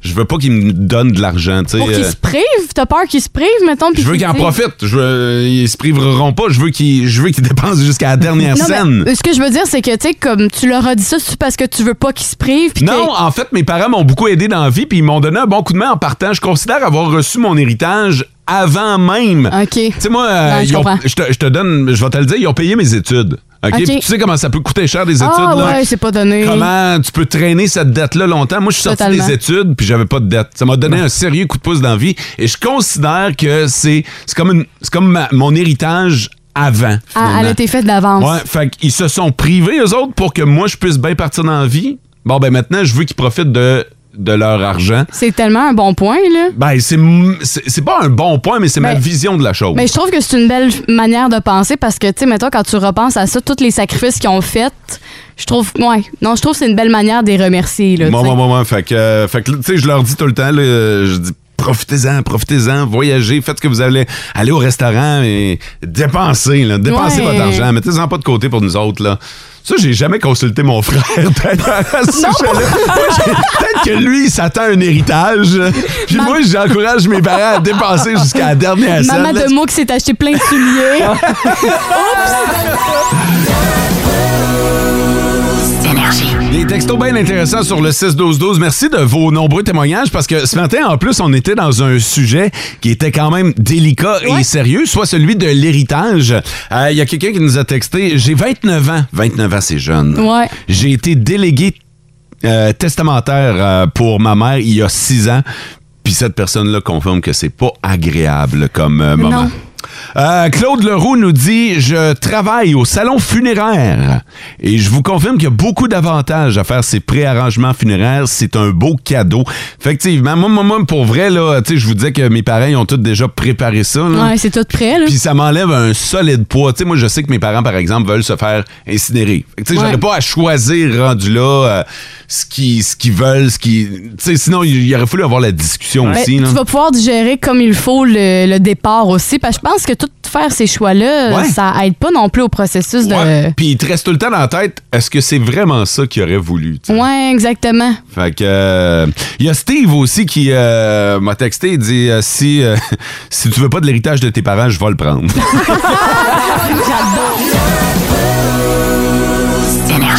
Speaker 3: Je veux pas qu'ils me donnent de l'argent, tu sais.
Speaker 5: Pour qu'ils
Speaker 3: euh,
Speaker 5: se privent, t'as peur qu'ils se privent, mettons. puis
Speaker 3: je veux qu'ils en
Speaker 5: disent-
Speaker 3: profitent. Je veux, ils se priveront pas. Je veux qu'ils, je veux qu'ils dépensent jusqu'à la dernière
Speaker 5: Non, mais,
Speaker 3: scène.
Speaker 5: euh, ce que je veux dire, c'est que, tu sais, comme tu leur as dit ça, c'est parce que tu veux pas qu'ils se privent. puis
Speaker 3: Non,
Speaker 5: que-
Speaker 3: en fait, mes parents m'ont beaucoup aidé dans la vie, puis ils m'ont donné un bon coup de main en partant. Je considère avoir reçu mon héritage avant même.
Speaker 5: OK. Tu
Speaker 3: sais, moi, euh,
Speaker 5: Non, je
Speaker 3: ils ont-
Speaker 5: comprends.
Speaker 3: je, te, je te donne, je vais te le dire, ils ont payé mes études. OK?
Speaker 5: OK.
Speaker 3: Puis tu sais comment ça peut coûter cher des études,
Speaker 5: Ah,
Speaker 3: là.
Speaker 5: ouais, c'est pas donné.
Speaker 3: Comment tu peux traîner cette dette-là longtemps? Moi, je suis sorti
Speaker 5: Totalement.
Speaker 3: des études puis j'avais pas de dette. Ça m'a donné un sérieux coup de pouce dans la vie et je considère que c'est c'est comme, une- c'est comme ma- mon héritage avant.
Speaker 5: Ah, elle
Speaker 3: finalement.
Speaker 5: a été faite d'avance.
Speaker 3: Ouais, fait qu'ils se sont privés, eux autres, pour que moi, je puisse bien partir dans la vie. Bon, ben maintenant, je veux qu'ils profitent de, de leur argent.
Speaker 5: C'est tellement un bon point, là.
Speaker 3: Ben, c'est m- c'est c'est pas un bon point, mais c'est ma
Speaker 5: Mais-
Speaker 3: vision de la chose.
Speaker 5: Mais je trouve que c'est une belle manière de penser parce que, tu sais, mettons, quand tu repenses à ça, tous les sacrifices qu'ils ont faits, je trouve, ouais. Non, je trouve que c'est une belle manière de les remercier, là.
Speaker 3: Bon,
Speaker 5: tu sais.
Speaker 3: bon, bon, bon. Fait que, euh, fait que, tu sais, je leur dis tout le temps, là, je dis, profitez-en, profitez-en, voyagez, faites ce que vous allez, allez au restaurant et dépensez, là, dépensez
Speaker 5: Ouais.
Speaker 3: votre argent, mettez-en pas de côté pour nous autres, là. Ça, j'ai jamais consulté mon <laughs> frère. peut-être, à ce
Speaker 2: Non.
Speaker 3: sujet-là. Moi, j'ai- Peut-être que lui, il s'attend à un héritage. Puis moi, j'encourage mes parents à dépenser jusqu'à la dernière
Speaker 5: Maman
Speaker 3: scène, là. Ah.
Speaker 5: de mots qui s'est acheté plein de
Speaker 3: <laughs>
Speaker 5: souliers.
Speaker 3: Des textos bien intéressants sur le 6-12-12. Merci de vos nombreux témoignages parce que ce matin, en plus, on était dans un sujet qui était quand même délicat et sérieux, soit celui de l'héritage. Euh, Il y a quelqu'un qui nous a texté J'ai 29 ans. 29 ans, c'est jeune.
Speaker 5: Ouais.
Speaker 3: J'ai été délégué euh, testamentaire euh, pour ma mère il y a 6 ans. Puis cette personne-là confirme que c'est pas agréable comme euh,
Speaker 13: Non.
Speaker 3: moment. Euh, Claude Leroux nous dit Je travaille au salon funéraire et je vous confirme qu'il y a beaucoup d'avantages à faire ces préarrangements funéraires. C'est un beau cadeau. Effectivement, moi, moi, moi, pour vrai, là, tu sais, je vous disais que mes parents ils ont tous déjà préparé ça. là.
Speaker 5: Ouais, c'est tout prêt, là.
Speaker 3: Puis ça m'enlève un solide poids. Tu sais, moi, je sais que mes parents, par exemple, veulent se faire incinérer. Fait que, Tu sais,
Speaker 5: Ouais.
Speaker 3: j'aurais pas à choisir rendu là euh, ce qu'ils ce qu'ils veulent, ce qui. Tu sais, sinon, il il aurait fallu avoir la discussion
Speaker 5: Ben,
Speaker 3: aussi. là.
Speaker 5: tu vas pouvoir digérer comme il faut le, le départ aussi. Parce que je pense que tout faire ces choix-là,
Speaker 3: Ouais.
Speaker 5: ça aide pas non plus au processus
Speaker 3: Ouais. Puis il te reste tout le temps dans la tête, est-ce que c'est vraiment ça qu'il aurait voulu? tu sais?
Speaker 5: de. Ouais, exactement.
Speaker 3: Fait que. euh, Il y a Steve aussi qui euh, m'a texté, il dit euh, si, euh, <laughs> si tu veux pas de l'héritage de tes parents, je vais le prendre.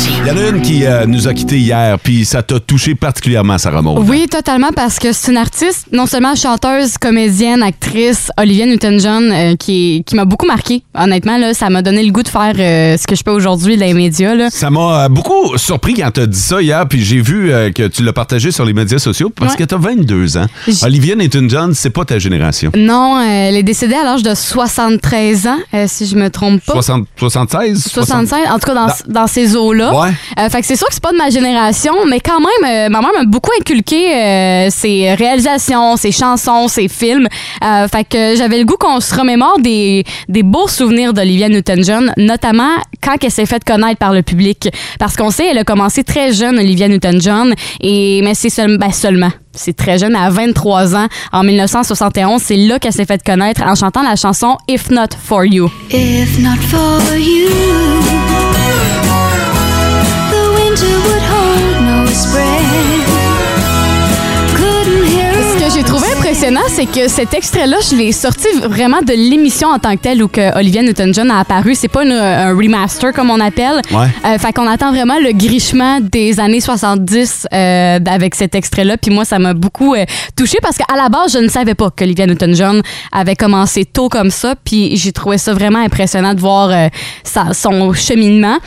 Speaker 3: Il y en a une qui euh, nous a quittés hier, puis ça t'a touché particulièrement, Sarah Maud.
Speaker 5: Oui, totalement, parce que c'est une artiste, non seulement chanteuse, comédienne, actrice, Olivia Newton-John, euh, qui, qui m'a beaucoup marqué. Honnêtement, là, ça m'a donné le goût de faire euh, ce que je fais aujourd'hui dans les médias. Là.
Speaker 3: Ça m'a euh, beaucoup surpris quand t'as dit ça hier, puis j'ai vu euh, que tu l'as partagé sur les médias sociaux parce
Speaker 5: Ouais.
Speaker 3: que t'as 22 ans.
Speaker 5: J-
Speaker 3: Olivia Newton-John, c'est pas ta génération.
Speaker 5: Non, euh, elle est décédée à l'âge de 73 ans, euh, si je me trompe pas.
Speaker 3: 60 76?
Speaker 5: 65, en tout cas dans,
Speaker 3: Dans-
Speaker 5: dans ces eaux-là.
Speaker 3: Ouais.
Speaker 5: Euh, fait que c'est sûr que c'est pas de ma génération, mais quand même, euh, ma mère m'a beaucoup inculqué euh, ses réalisations, ses chansons, ses films. Euh, fait que j'avais le goût qu'on se remémore des, des beaux souvenirs d'Olivia Newton-John, notamment quand elle s'est faite connaître par le public. Parce qu'on sait, elle a commencé très jeune, Olivia Newton-John, et mais c'est seul- ben, seulement. C'est très jeune, à 23 ans, en 1971, c'est là qu'elle s'est faite connaître en chantant la chanson If Not For You.
Speaker 13: If not for you, the winter would hold no spring. Couldn't hear
Speaker 5: Ce que j'ai trouvé impressionnant, c'est que cet extrait-là, je l'ai sorti vraiment de l'émission en tant que telle où que Olivia Newton-John a apparu. C'est pas une- un remaster comme on appelle.
Speaker 13: Ouais.
Speaker 5: Euh, fait qu'on attend vraiment le grichement des années 70 euh, avec cet extrait-là. Puis moi, ça m'a beaucoup touché parce qu'à la base, je ne savais pas qu'Olivia Newton-John avait commencé tôt comme ça. Puis j'ai trouvé ça vraiment impressionnant de voir euh, sa- son cheminement.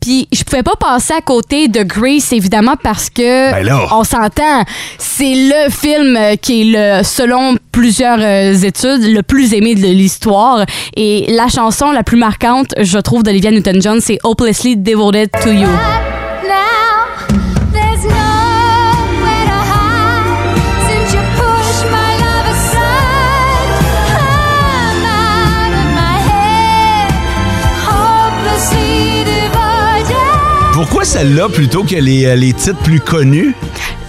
Speaker 5: Puis je pouvais pas passer à côté de Grace, évidemment, parce que
Speaker 13: Ben là.
Speaker 5: Euh, on s'entend, c'est le film euh, qui est le, selon plusieurs euh, études, le plus aimé de l'histoire. Et la chanson la plus marquante, je trouve, d'Olivia Newton-John, c'est Hopelessly Devoted to You.
Speaker 13: now, there's nowhere to hide since you pushed my love aside. I'm out of my head, hopelessly divided.
Speaker 3: Pourquoi celle-là plutôt que les, euh, les titres plus connus?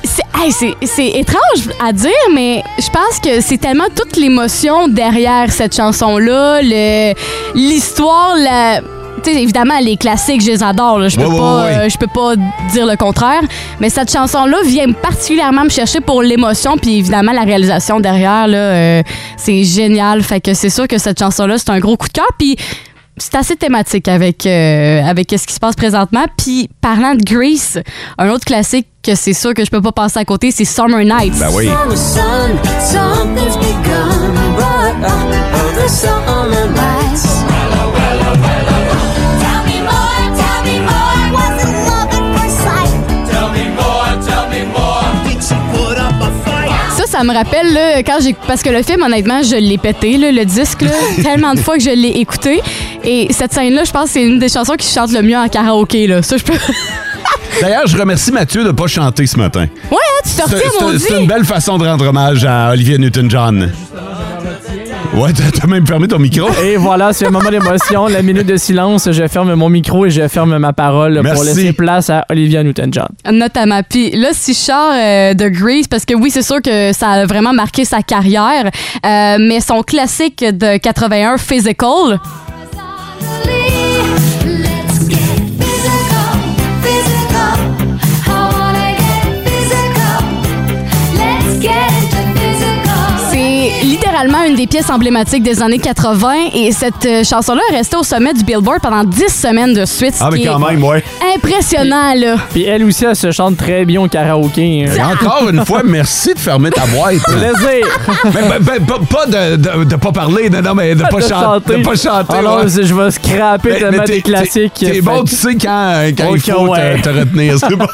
Speaker 5: C'est hey, c'est- c'est étrange à dire, mais je pense que c'est tellement toute l'émotion derrière cette chanson-là, le- l'histoire, la. tu sais, évidemment, les classiques, je les adore. là. Je peux,
Speaker 13: Ouais, ouais,
Speaker 5: pas,
Speaker 13: ouais, ouais.
Speaker 5: euh, je peux pas dire le contraire. Mais cette chanson-là vient particulièrement me chercher pour l'émotion, puis évidemment, la réalisation derrière, là, euh, c'est génial. Fait que c'est sûr que cette chanson-là, c'est un gros coup de cœur. Puis c'est assez thématique avec, euh, avec ce qui se passe présentement. Puis parlant de Grease, un autre classique que c'est sûr que je peux pas passer à côté, c'est Summer Nights.
Speaker 13: Ben oui. Summer sun, something's begun. But uh, of the summer nights. Tell me more, tell me more. Was it love at first sight? Tell me more, tell me more. Did you put up a fight?
Speaker 5: Ça, ça me rappelle là, quand j'ai parce que le film, honnêtement, je l'ai pété là, le disque là, tellement de fois que je l'ai écouté. Et cette scène-là, je pense, que c'est une des chansons qui chante le mieux en karaoké là. Ça, je peux. ouais,
Speaker 3: D'ailleurs, je remercie Mathieu de pas chanter ce matin.
Speaker 5: hein, tu te
Speaker 3: C'est-
Speaker 5: retiens,
Speaker 3: c'est-
Speaker 5: mon
Speaker 3: C'est une belle façon de rendre hommage à Olivia Newton-John. Ouais, t'as t'as même fermé ton micro.
Speaker 4: Et voilà, c'est le moment d'émotion, la minute de silence. Je ferme mon micro et je ferme ma parole pour
Speaker 3: Merci.
Speaker 4: laisser place à Olivia Newton-John.
Speaker 5: Notamment. Puis là, si je sors euh, de Grease, parce que oui, c'est sûr que ça a vraiment marqué sa carrière, euh, mais son classique de 81, Physical,
Speaker 13: Let's get physical, physical. I wanna get physical. Let's get into physical.
Speaker 5: c'est littéralement littéralement une des pièces emblématiques des années 80 et cette euh, chanson-là est restée au sommet du Billboard pendant 10 semaines de suite. ce
Speaker 4: Ah, mais
Speaker 5: qui
Speaker 4: quand
Speaker 5: est
Speaker 4: même, ouais.
Speaker 5: Impressionnant, là.
Speaker 3: <laughs>
Speaker 4: Puis elle aussi, elle se chante très bien au karaoké. hein.
Speaker 3: Et encore une fois, merci de fermer ta boîte.
Speaker 4: <laughs>
Speaker 3: <laughs>
Speaker 4: Plaisir.
Speaker 3: Mais, ben, ben, pas- pas de, de, de pas parler, non, non, mais de pas,
Speaker 4: De
Speaker 3: chan-
Speaker 4: chanter.
Speaker 3: de pas chanter.
Speaker 4: Ah non,
Speaker 3: ouais. Ben,
Speaker 4: je vais scraper
Speaker 3: Mais-
Speaker 4: tellement
Speaker 3: mais
Speaker 4: des
Speaker 3: t'es-
Speaker 4: classiques,
Speaker 3: T'es
Speaker 4: fait
Speaker 3: t'es bon,
Speaker 4: que-
Speaker 3: tu sais quand, quand il
Speaker 4: Ok,
Speaker 3: faut te-
Speaker 4: ouais.
Speaker 3: te, retenir.
Speaker 4: <laughs>
Speaker 3: C'est bon.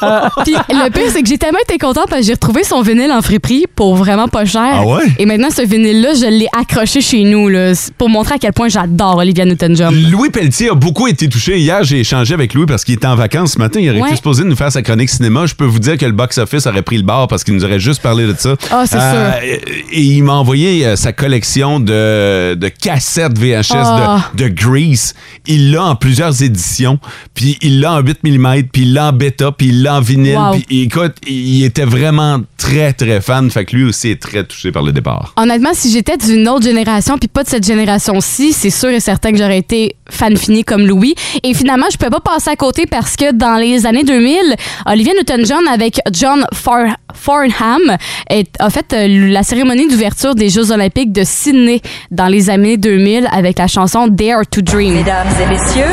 Speaker 5: Puis le pire, c'est que j'ai tellement été contente parce que j'ai retrouvé son vinyle en friperie pour vraiment pas cher.
Speaker 3: Ah ouais?
Speaker 5: Et maintenant, ce vinyle-là, je l'ai accroché chez nous là, c'est pour montrer à quel point j'adore Olivia Newton-John.
Speaker 3: Louis Pelletier a beaucoup été touché. Hier, j'ai échangé avec Louis parce qu'il était en vacances ce matin. Il aurait
Speaker 5: Ouais.
Speaker 3: été supposé nous faire sa chronique cinéma. Je peux vous dire que le box-office aurait pris le bord parce qu'il nous aurait juste parlé de ça.
Speaker 5: Ah, c'est sûr.
Speaker 3: Et, et il m'a envoyé euh, sa collection de, de cassettes VHS
Speaker 5: Ah.
Speaker 3: de, de Grease. Il l'a en plusieurs éditions. Puis il l'a en 8 mm, puis il l'a en bêta, puis il l'a en vinyle.
Speaker 5: Wow.
Speaker 3: Puis écoute, il était vraiment très, très fan. Fait que lui aussi est très touché par le départ.
Speaker 5: Honnêtement, si j'étais d'une autre génération puis pas de cette génération-ci, c'est sûr et certain que j'aurais été fan fini comme Louis. Et finalement, je peux pas passer à côté parce que dans les années 2000, Olivia Newton-John avec John Far- Farnham est- a fait euh, la cérémonie d'ouverture des Jeux Olympiques de Sydney dans les années 2000 avec la chanson Dare to Dream.
Speaker 9: Mesdames et messieurs,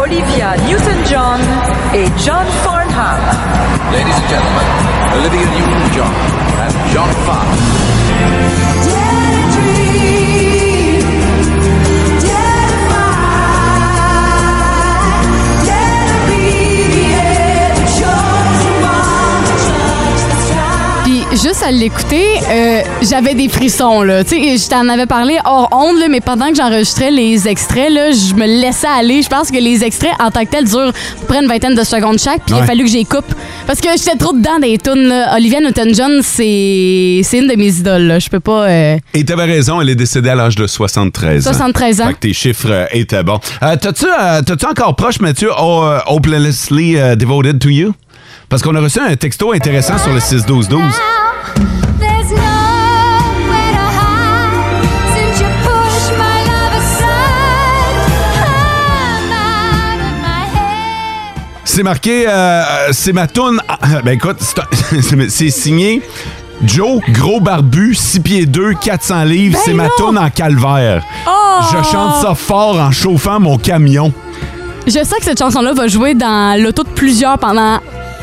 Speaker 9: Olivia Newton-John et John Farnham.
Speaker 14: Ladies and gentlemen, Olivia Newton-John and John Farr.
Speaker 5: Puis juste à l'écouter, euh, j'avais des frissons là. Tu sais, je t'en avais parlé hors onde là, mais pendant que j'enregistrais les extraits là, je me laissais aller. Je pense que les extraits en tant que tels durent près une vingtaine de secondes chaque, puis il a
Speaker 15: Ouais.
Speaker 5: fallu que j'y coupe parce que j'étais trop dedans des tunes. là. Olivia Newton-John, c'est c'est une de mes idoles. là. Je peux pas. euh,
Speaker 3: Et t'avais raison, elle est décédée à l'âge de 73 ans.
Speaker 5: 73 ans.
Speaker 3: Fait que tes chiffres euh, étaient bons. Euh, T'as-tu euh, t'as-tu encore proche, Mathieu, oh, euh, Hopelessly euh, Devoted to You? Parce qu'on a reçu un texto intéressant sur le 6-12-12.
Speaker 13: There's nowhere to hide since you pushed my love aside. I'm out of my head.
Speaker 3: C'est marqué, euh, c'est ma toune. Ah, <laughs> ben écoute, c'est un- <laughs> c'est signé Joe, gros barbu, 6 pieds 2, 400 livres. c'est ma toune en calvaire.
Speaker 5: Ben Oh!
Speaker 3: Je chante ça fort en chauffant mon camion.
Speaker 5: Je sais que cette chanson-là va jouer dans l'auto de plusieurs pendant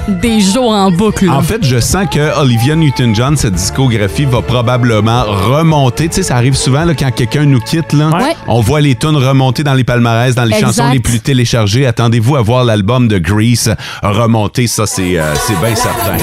Speaker 5: des jours en boucle. là.
Speaker 3: En fait, je sens que Olivia Newton-John, cette discographie va probablement remonter. Tu sais, ça arrive souvent là, quand quelqu'un nous quitte. Là,
Speaker 5: Ouais.
Speaker 3: On voit les tunes remonter dans les palmarès, dans les
Speaker 5: Exact.
Speaker 3: chansons les plus téléchargées. Attendez-vous à voir l'album de Grease remonter. Ça, c'est euh, c'est bien certain.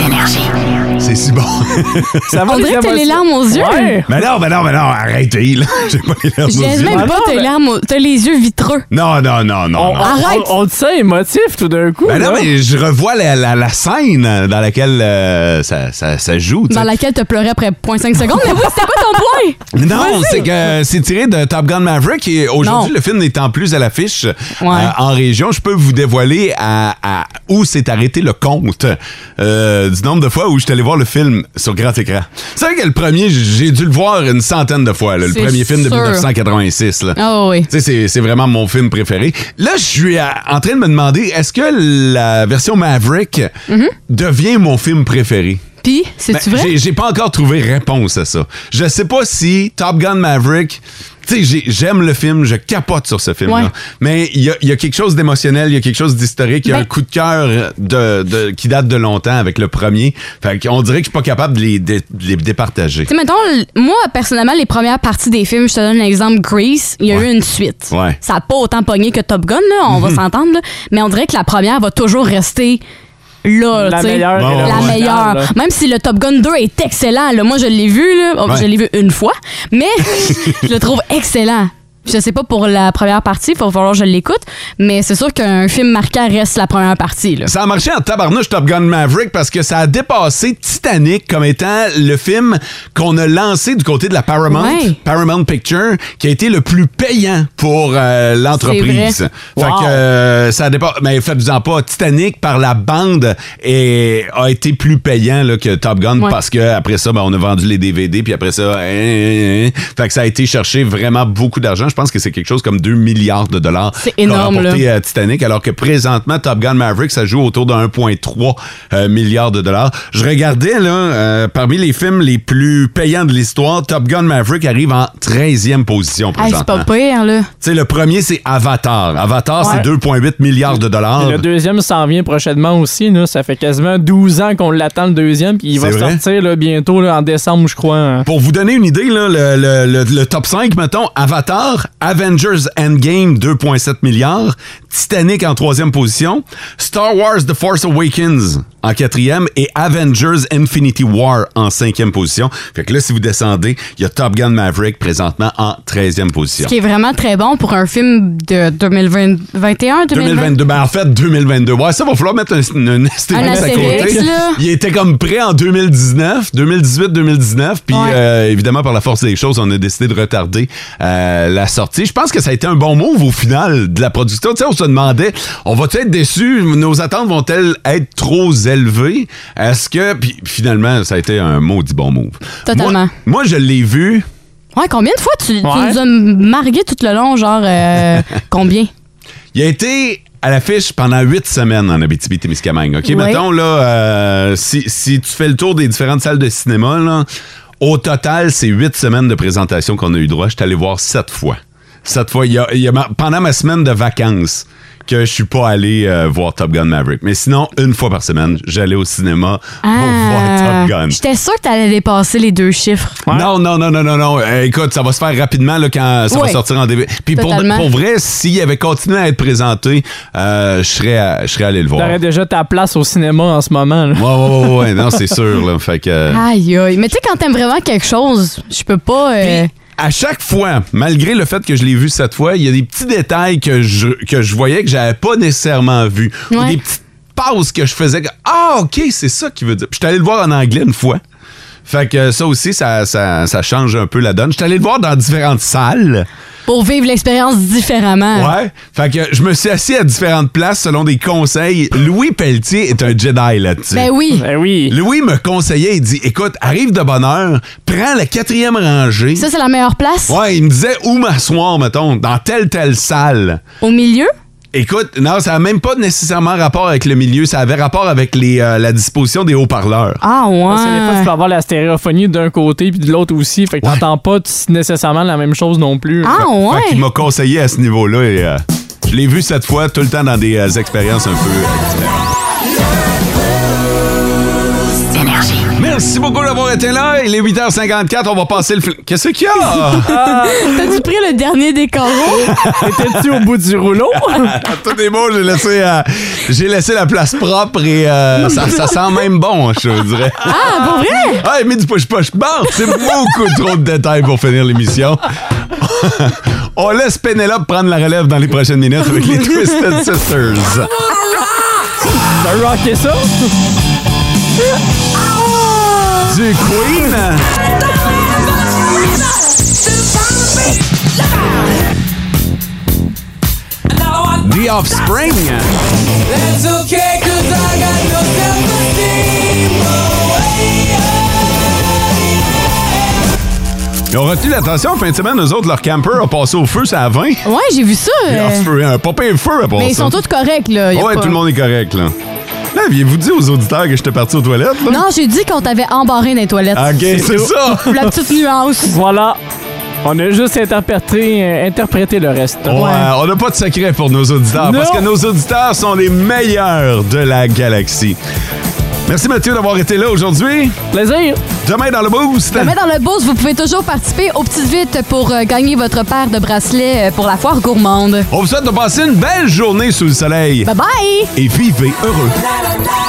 Speaker 13: Énergie.
Speaker 3: C'est si bon. <laughs>
Speaker 13: Ça va, On dirait que t'as les
Speaker 5: larmes aux yeux. Ouais.
Speaker 3: Mais non, mais non, mais non, arrêtez. là. <laughs> J'ai pas les larmes aux
Speaker 5: J'ai
Speaker 3: yeux.
Speaker 5: même pas tes larmes, aux- t'as les yeux vitreux.
Speaker 3: Non, non, non, non. non.
Speaker 5: Arrête!
Speaker 4: On te sent émotif tout d'un coup.
Speaker 3: Ben non,
Speaker 4: là.
Speaker 3: mais je revois la, la- la scène dans laquelle euh, ça, ça- ça joue. tu sais.
Speaker 5: Dans laquelle te pleurais après 0.5 secondes. Mais oui, c'était quoi
Speaker 3: <laughs>
Speaker 5: ton point?
Speaker 3: Non,
Speaker 5: Vas-y.
Speaker 3: c'est que euh, c'est tiré de Top Gun Maverick et aujourd'hui,
Speaker 5: Non.
Speaker 3: le film n'étant plus à l'affiche euh, en région, je peux vous dévoiler à, à où s'est arrêté le compte euh, du nombre de fois où je suis allé voir le film sur grand écran. C'est vrai que le premier, j'ai dû le voir une centaine de fois, là, le
Speaker 5: C'est
Speaker 3: premier film de
Speaker 5: sûr.
Speaker 3: 1986. là.
Speaker 5: Ah oui.
Speaker 3: Tu sais, C'est c'est vraiment mon film préféré. Là, je suis à- en train de me demander, est-ce que la version Maverick
Speaker 5: Mm-hmm.
Speaker 3: devient mon film préféré?
Speaker 5: Puis, c'est-tu
Speaker 3: Ben,
Speaker 5: vrai?
Speaker 3: j'ai- J'ai pas encore trouvé réponse à ça. Je sais pas si Top Gun Maverick. Tu sais, j'ai- j'aime le film, je capote sur ce film-là.
Speaker 5: Ouais.
Speaker 3: Mais il y a, il y a quelque chose d'émotionnel, il y a quelque chose d'historique, il y a
Speaker 5: Ben-
Speaker 3: un coup de cœur de, de- qui date de longtemps avec le premier. Fait qu'on dirait que je suis pas capable de les, dé- de les départager.
Speaker 5: Tu sais, mettons, l- moi, personnellement, les premières parties des films, je te donne l'exemple Grease, il y a eu une suite.
Speaker 3: Ouais. Mhm.
Speaker 5: Ça n'a pas autant pogné que Top Gun, là, on va s'entendre, là. mais on dirait que la première va toujours rester là,
Speaker 4: La
Speaker 5: tu sais.
Speaker 4: meilleure et
Speaker 5: La
Speaker 4: la originale,
Speaker 5: meilleure.
Speaker 4: là.
Speaker 5: Même si le Top Gun 2 est excellent, là. moi, je l'ai vu, là. Oh,
Speaker 4: Ouais.
Speaker 5: je l'ai vu une fois, mais <laughs> je le trouve excellent. Je sais pas pour la première partie, il va falloir que je l'écoute, mais c'est sûr qu'un film marquant reste la première partie. Là.
Speaker 3: Ça a marché en tabarnouche Top Gun Maverick parce que ça a dépassé Titanic comme étant le film qu'on a lancé du côté de la Paramount,
Speaker 5: Ouais.
Speaker 3: Paramount Picture, qui a été le plus payant pour euh,
Speaker 5: C'est
Speaker 3: l'entreprise.
Speaker 5: vrai.
Speaker 3: Fait
Speaker 5: Wow.
Speaker 3: que euh, ça dépasse. Mais faites-en pas, Titanic par la bande et a été plus payant là, que Top Gun
Speaker 5: Ouais.
Speaker 3: parce que après ça, ben, on a vendu les DVD puis après ça, hein, hein, hein. fait que ça a été chercher vraiment beaucoup d'argent. Je pense que c'est quelque chose comme 2 milliards de dollars.
Speaker 5: C'est
Speaker 3: qu'a
Speaker 5: énorme,
Speaker 3: rapporté,
Speaker 5: là.
Speaker 3: euh, Titanic, alors que présentement, Top Gun Maverick, ça joue autour de 1,3 euh, milliard de dollars. Je regardais, là, euh, parmi les films les plus payants de l'histoire, Top Gun Maverick arrive en 13e position
Speaker 5: Hey, c'est
Speaker 3: présentement.
Speaker 5: pas pire, là.
Speaker 3: Tu sais, le premier, c'est Avatar. Avatar,
Speaker 4: Ouais.
Speaker 3: c'est 2,8 milliards de dollars.
Speaker 4: Puis Le deuxième s'en vient prochainement aussi. Là. Ça fait quasiment 12 ans qu'on l'attend, le deuxième. Puis il va
Speaker 3: C'est vrai?
Speaker 4: sortir là, bientôt, là, en décembre, je crois. hein.
Speaker 3: Pour vous donner une idée, là, le, le- le- le top 5, mettons, Avatar, Avengers Endgame, 2,7 milliards, Titanic en troisième position, Star Wars The Force Awakens en quatrième et Avengers Infinity War en cinquième position. Fait que là, si vous descendez, il y a Top Gun Maverick présentement en treizième
Speaker 5: Ce
Speaker 3: position.
Speaker 5: qui est vraiment très bon pour un film de 2021, 2020.
Speaker 3: 2022, ben en fait 2022. Ouais, ça va falloir mettre un, un astérisque à
Speaker 5: astérix,
Speaker 3: côté.
Speaker 5: là.
Speaker 3: Il était comme prêt en 2019, 2018, 2019, puis euh, évidemment par la force des choses, on a décidé de retarder euh, la sortie. Je pense que ça a été un bon move au final de la production. Tu sais, on se demandait, on va être déçus, nos attentes vont-elles être trop élevées Est-ce que puis finalement ça a été un maudit bon move.
Speaker 5: Totalement.
Speaker 3: Moi, moi, je l'ai vu
Speaker 5: Ouais, combien de fois tu, tu
Speaker 3: Ouais.
Speaker 5: nous as margué tout le long, genre,
Speaker 3: <laughs>
Speaker 5: euh, combien?
Speaker 3: Il a été à l'affiche pendant huit semaines en Abitibi-Témiscamingue. OK?
Speaker 5: Ouais.
Speaker 3: Mettons, là, euh, si, si tu fais le tour des différentes salles de cinéma, là, au total, c'est huit semaines de présentation qu'on a eu droit. Je suis allé voir sept fois. Sept fois. Il y a- il y a ma- pendant ma semaine de vacances que je suis pas allé euh, voir Top Gun Maverick. Mais sinon, une fois par semaine, j'allais au cinéma
Speaker 5: Ah,
Speaker 3: Oh, Top Gun.
Speaker 5: J'étais sûr que t'allais dépasser les deux chiffres.
Speaker 3: Non, non, non, non, non, non. Euh, écoute, ça va se faire rapidement là, quand ça
Speaker 5: Ouais.
Speaker 3: va sortir en DVD. Puis pour,
Speaker 5: Totalement.
Speaker 3: pour vrai, s'il avait continué à être présenté, euh, je serais à- je serais allé le voir.
Speaker 4: T'aurais déjà ta place au cinéma en ce moment. là.
Speaker 3: Ouais, ouais, ouais, ouais. non, c'est sûr. Là. Fait que, euh,
Speaker 5: Aïe, aïe. Mais tu sais, quand t'aimes vraiment quelque chose, je peux pas. euh,
Speaker 3: à chaque fois, malgré le fait que je l'ai vu cette fois, il y a des petits détails que je, que je voyais que j'avais pas nécessairement vu. Ou
Speaker 5: Ouais.
Speaker 3: des petites pauses que je faisais. que, ah, OK, c'est ça qui veut dire. Puis je suis allé le voir en anglais une fois. Fait que ça aussi, ça, ça, ça change un peu la donne. Je suis allé le voir dans différentes salles.
Speaker 5: Pour vivre l'expérience différemment.
Speaker 3: Ouais. Fait que je me suis assis à différentes places selon des conseils. Louis Pelletier est un Jedi là-dessus.
Speaker 5: Ben oui.
Speaker 4: oui.
Speaker 3: Louis me conseillait, il dit écoute, arrive de bonne heure, prends la quatrième rangée.
Speaker 5: Ça, c'est la meilleure place?
Speaker 3: Ouais, il me disait où m'asseoir, mettons, dans telle, telle salle.
Speaker 5: Au milieu?
Speaker 3: Écoute, non, ça n'a même pas nécessairement rapport avec le milieu, ça avait rapport avec les, euh, la disposition des haut-parleurs.
Speaker 5: Ah, ouais.
Speaker 4: Parce que des fois, tu peux avoir la stéréophonie d'un côté puis de l'autre aussi. Fait que t'entends pas t- nécessairement la même chose non plus.
Speaker 5: Ah,
Speaker 3: Il m'a conseillé à ce niveau-là et euh, je l'ai vu cette fois tout le temps dans des euh, expériences un peu euh, différentes. Merci beaucoup d'avoir été là. Il est 8h54, on va passer le film. Qu'est-ce qu'il y
Speaker 13: <laughs>
Speaker 3: a?
Speaker 5: T'as-tu pris le dernier des
Speaker 3: <laughs>
Speaker 5: carreaux?
Speaker 4: Étais-tu au bout du rouleau?
Speaker 3: Tout est beau, j'ai laissé, euh, j'ai laissé la place propre et euh, ça, ça sent même bon, je dirais.
Speaker 13: Ah, pour vrai?
Speaker 3: Ah, mais du poche-poche barre, c'est beaucoup trop de détails pour finir l'émission. <laughs> on laisse Penelope prendre la relève dans les prochaines minutes avec les Twisted Sisters.
Speaker 4: T'as rocké ça?
Speaker 3: Du Queen. The Offspring. Ils ont retenu l'attention en fin de semaine, eux autres, leur camper a passé au feu, ça à 20. Ouais,
Speaker 5: j'ai vu ça. euh.
Speaker 3: Un popé feu à part
Speaker 5: Mais ils
Speaker 3: ça.
Speaker 5: sont tous hein. corrects, là. y a
Speaker 3: Ouais,
Speaker 5: pas-
Speaker 3: tout le monde est correct, là. Là, aviez-vous dit aux auditeurs que j'étais parti aux toilettes, là?
Speaker 5: Non, j'ai dit qu'on t'avait embarré dans les toilettes.
Speaker 3: Ah, Ok, c'est ça.
Speaker 5: Pour la petite nuance.
Speaker 4: <laughs> Voilà. On a juste interprété, euh, interprété le reste.
Speaker 3: Ouais, on n'a pas de secret pour nos auditeurs parce que nos auditeurs sont les meilleurs de la galaxie. Merci Mathieu d'avoir été là aujourd'hui.
Speaker 4: Plaisir.
Speaker 3: Demain dans le boost.
Speaker 5: Mais dans le boost, vous pouvez toujours participer aux petites vites pour euh, gagner votre paire de bracelets euh, pour la foire gourmande.
Speaker 3: On vous souhaite de passer une belle journée sous le soleil.
Speaker 5: Bye bye!
Speaker 3: Et vivez heureux.
Speaker 13: La, la, la.